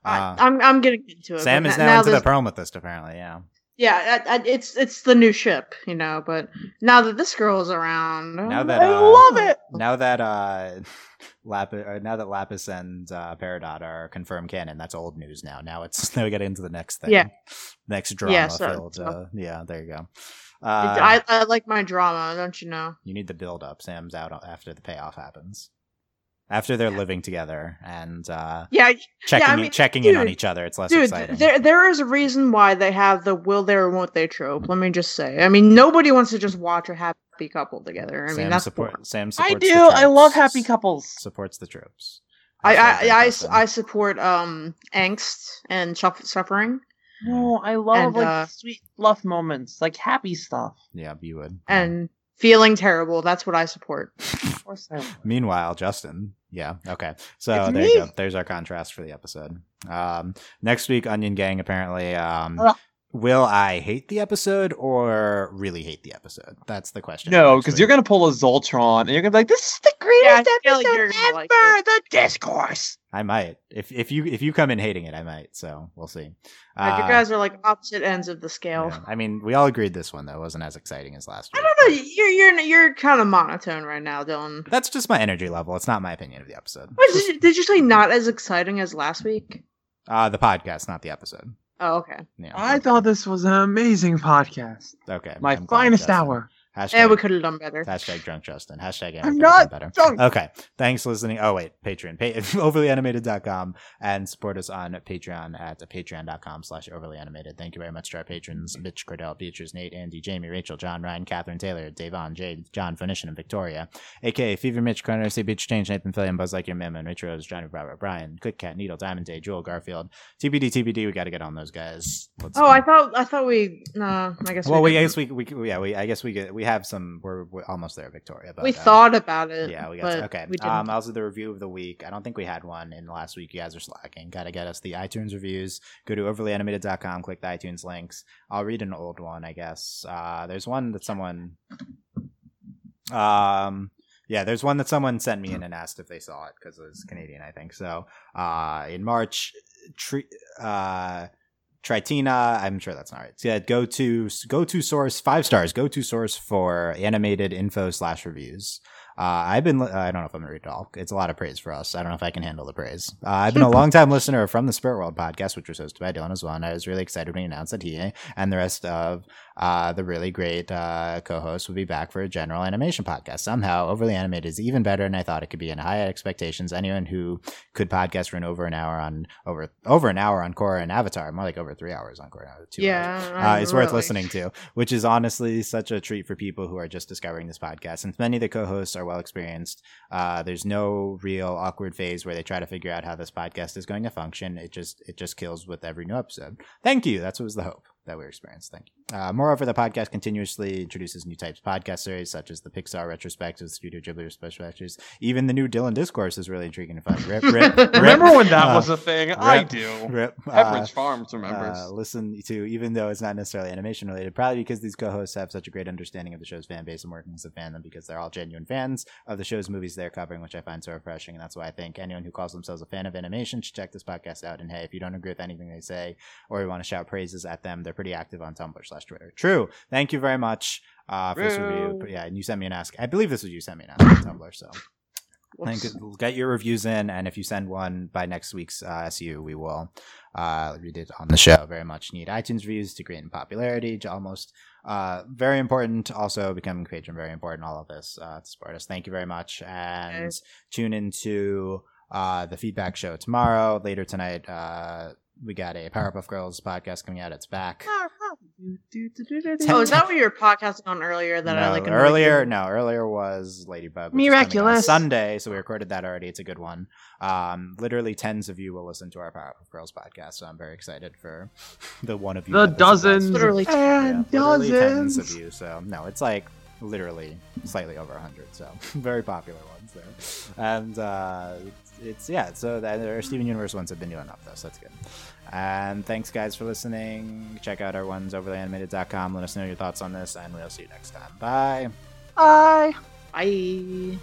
[SPEAKER 1] Uh,
[SPEAKER 2] I, am I'm getting into it.
[SPEAKER 1] Sam
[SPEAKER 2] but
[SPEAKER 1] is
[SPEAKER 2] n-
[SPEAKER 1] now, into the
[SPEAKER 2] this-
[SPEAKER 1] Pearl Mythist, apparently. Yeah.
[SPEAKER 2] yeah, I, I, it's it's the new ship, you know. But now that this girl is around,
[SPEAKER 1] Now that
[SPEAKER 3] I
[SPEAKER 1] uh,
[SPEAKER 3] love it.
[SPEAKER 1] now that uh lapis or now that lapis and uh peridot are confirmed canon that's old news now now it's now we get into the next thing
[SPEAKER 2] Yeah.
[SPEAKER 1] next drama
[SPEAKER 2] Yeah, so-
[SPEAKER 1] filled
[SPEAKER 2] so-
[SPEAKER 1] uh, yeah there you go
[SPEAKER 2] it-
[SPEAKER 1] uh
[SPEAKER 2] I, I like my drama, don't you know?
[SPEAKER 1] you need the build up sam's out after the payoff happens after they're living together and uh,
[SPEAKER 2] Yeah,
[SPEAKER 1] checking
[SPEAKER 2] I
[SPEAKER 1] in-
[SPEAKER 2] mean,
[SPEAKER 1] checking in on
[SPEAKER 2] dude,
[SPEAKER 1] each other. It's less
[SPEAKER 2] dude,
[SPEAKER 1] exciting.
[SPEAKER 2] there there is a reason why they have the will they or won't they trope. Let me just say. I mean, nobody wants to just watch a happy couple together. I mean,
[SPEAKER 1] Sam
[SPEAKER 2] that's
[SPEAKER 1] support. Sam
[SPEAKER 5] I
[SPEAKER 1] supports.
[SPEAKER 5] do.
[SPEAKER 1] The
[SPEAKER 5] I love
[SPEAKER 1] tropes.
[SPEAKER 5] happy couples.
[SPEAKER 1] Supports the tropes.
[SPEAKER 2] I
[SPEAKER 1] feel
[SPEAKER 2] I,
[SPEAKER 1] bad
[SPEAKER 2] I,
[SPEAKER 1] about
[SPEAKER 2] s-
[SPEAKER 1] them.
[SPEAKER 2] I support um angst and suff- suffering
[SPEAKER 5] No, I love
[SPEAKER 2] And,
[SPEAKER 5] like
[SPEAKER 2] uh,
[SPEAKER 5] sweet love moments, like happy stuff.
[SPEAKER 1] yeah, you would.
[SPEAKER 2] and feeling terrible. That's what I support.
[SPEAKER 5] Of course, I would.
[SPEAKER 1] Meanwhile, Justin. Yeah. Okay. So
[SPEAKER 5] It's
[SPEAKER 1] there
[SPEAKER 5] me.
[SPEAKER 1] you go. There's our contrast for the episode. Um, next week, Onion Gang. Apparently, um,
[SPEAKER 5] Ugh.
[SPEAKER 1] will I hate the episode or really hate the episode? That's the question. for
[SPEAKER 3] No,
[SPEAKER 1] next
[SPEAKER 3] because
[SPEAKER 1] week.
[SPEAKER 3] you're gonna pull a Zoltron and you're gonna be like, "This is the
[SPEAKER 2] Yeah,
[SPEAKER 3] greatest
[SPEAKER 2] I feel like
[SPEAKER 3] episode
[SPEAKER 2] you're gonna
[SPEAKER 3] ever."
[SPEAKER 2] like
[SPEAKER 3] the discourse.
[SPEAKER 1] I might. If if you if you come in hating it, I might. So we'll see.
[SPEAKER 2] Like,
[SPEAKER 1] Uh,
[SPEAKER 2] you guys are like opposite ends of the scale.
[SPEAKER 1] yeah. I mean, we all agreed this one though wasn't as exciting as last
[SPEAKER 2] I
[SPEAKER 1] week.
[SPEAKER 2] don't know. You're you're you're kind of monotone right now, Dylan.
[SPEAKER 1] That's just my energy level. It's not my opinion of the episode.
[SPEAKER 2] What, did, you, did you say not as exciting as last week?
[SPEAKER 1] Uh, the podcast, not the episode.
[SPEAKER 2] Oh, okay.
[SPEAKER 1] Yeah.
[SPEAKER 3] I thought this was an amazing podcast.
[SPEAKER 1] okay.
[SPEAKER 3] My
[SPEAKER 1] I'm glad,
[SPEAKER 3] finest
[SPEAKER 1] Justin.
[SPEAKER 3] hour.
[SPEAKER 1] Hashtag,
[SPEAKER 2] Yeah, we could have done better.
[SPEAKER 1] hashtag drunk Justin. Hashtag
[SPEAKER 3] I'm
[SPEAKER 1] anything
[SPEAKER 3] not
[SPEAKER 1] better.
[SPEAKER 3] drunk.
[SPEAKER 1] Okay. Thanks for listening. Oh, wait. Patreon. Pa- overlyanimated.com and support us on Patreon at patreon.com slash overlyanimated. Thank you very much to our patrons, Mitch Cordell, Beatrice, Nate, Andy, Jamie, Rachel, John, Ryan, Catherine, Taylor, Davon, Jade, John, Phoenician, and Victoria. AKA Fever, Mitch, Connor, C. Beach Change, Nathan Fillion, Buzz Like Your Mim, and Rich Rose, Johnny Robert, Brian, Click Cat, Needle, Diamond Day, Jewel, Garfield. TBD, TBD. We got to get on those guys. Let's
[SPEAKER 2] Oh, I thought I thought we. No, I guess.
[SPEAKER 1] well,
[SPEAKER 2] we,
[SPEAKER 1] we, I
[SPEAKER 2] didn't.
[SPEAKER 1] guess we, we yeah we I guess we get we have some we're, we're almost there Victoria but
[SPEAKER 2] we
[SPEAKER 1] uh,
[SPEAKER 2] thought about it.
[SPEAKER 1] yeah, we got
[SPEAKER 2] but
[SPEAKER 1] to- okay.
[SPEAKER 2] We didn't.
[SPEAKER 1] um, also the review of the week. I don't think we had one in the last week. You guys are slacking. Got to get us the iTunes reviews. Go to overlyanimated.com. Click the iTunes links. I'll read an old one, I guess. Uh, there's one that someone, um, yeah, there's one that someone sent me in and asked if they saw it because it was Canadian, I think. So, uh, in March, tri- uh. Tritina, I'm sure that's not right. Yeah, go to go to source five stars. Go to source for animated info slash reviews. Uh, I've been, li- I don't know if I'm going to read it all. It's a lot of praise for us. I don't know if I can handle the praise. Uh, I've been a long time listener from the Spirit World podcast, which was hosted by Dylan as well. And I was really excited when he announced that he and the rest of uh, the really great uh, co hosts would be back for a general animation podcast. Somehow, Overly Animated is even better than I thought it could be. And high expectations. Anyone who could podcast for an over an hour on over over an hour on Korra and Avatar, more like over three hours on Korra, two hours
[SPEAKER 2] yeah,
[SPEAKER 1] uh,
[SPEAKER 2] I'm
[SPEAKER 1] it's worth
[SPEAKER 2] really-
[SPEAKER 1] listening to, which is honestly such a treat for people who are just discovering this podcast. Since many of the co-hosts are well experienced, uh, there's no real awkward phase where they try to figure out how this podcast is going to function. It just it just kills with every new episode. Thank you. That's what was the hope that we experienced. Thank you. Uh, moreover, the podcast continuously introduces new types of podcast series, such as the Pixar retrospectives, Studio Ghibli retrospectives, even the new Dylan discourse is really intriguing and fun. Rip, rip, rip,
[SPEAKER 3] Remember when that
[SPEAKER 1] Uh,
[SPEAKER 3] was a thing? I
[SPEAKER 1] rip.
[SPEAKER 3] do.
[SPEAKER 1] rip. Uh,
[SPEAKER 3] Pepperidge Farms remembers.
[SPEAKER 1] uh, listen to, even though it's not necessarily animation related, probably because these co-hosts have such a great understanding of the show's fan base and workings of fandom, because they're all genuine fans of the show's movies they're covering, which I find so refreshing, and that's why I think anyone who calls themselves a fan of animation should check this podcast out. And hey, if you don't agree with anything they say, or you want to shout praises at them, they're pretty active on Tumblr slash Twitter. True. Thank you very much uh, for this review.
[SPEAKER 5] True.
[SPEAKER 1] Yeah, and you sent me an ask. I believe this was you sent me an ask on Tumblr, so.
[SPEAKER 2] Whoops.
[SPEAKER 1] Thank you. Get your reviews in, and if you send one by next week's uh, SU, we will uh, read it on the show. Very much need iTunes reviews to gain popularity. j- Almost uh, very important. Also, becoming a patron very important. All of this uh, to support us. Thank you very much, and
[SPEAKER 2] Okay.
[SPEAKER 1] tune into uh, the feedback show tomorrow. Later tonight, uh, we got a Powerpuff Girls podcast coming out. It's back.
[SPEAKER 2] Oh, is that what you were podcasting on earlier? That I
[SPEAKER 1] No,
[SPEAKER 2] like annoyed
[SPEAKER 1] earlier.
[SPEAKER 2] you?
[SPEAKER 1] no, earlier was Ladybug. which is coming out
[SPEAKER 5] Miraculous.
[SPEAKER 1] Sunday, so we recorded that already. It's a good one. Um, literally tens of you will listen to our Powerpuff Girls podcast, so I'm very excited for the one of you.
[SPEAKER 3] The
[SPEAKER 1] that listens to us.
[SPEAKER 3] dozens.
[SPEAKER 2] Literally,
[SPEAKER 1] Yeah,
[SPEAKER 3] and
[SPEAKER 1] literally tens of
[SPEAKER 3] dozens.
[SPEAKER 1] you. So no, it's like literally slightly over hundred. So very popular ones there, and uh, it's, it's yeah. So that- our Steven Universe ones have been doing up though, so that's good. And thanks guys for listening. Check out our ones overlyanimated.com. Let us know your thoughts on this, and we'll see you next time. Bye.
[SPEAKER 2] I.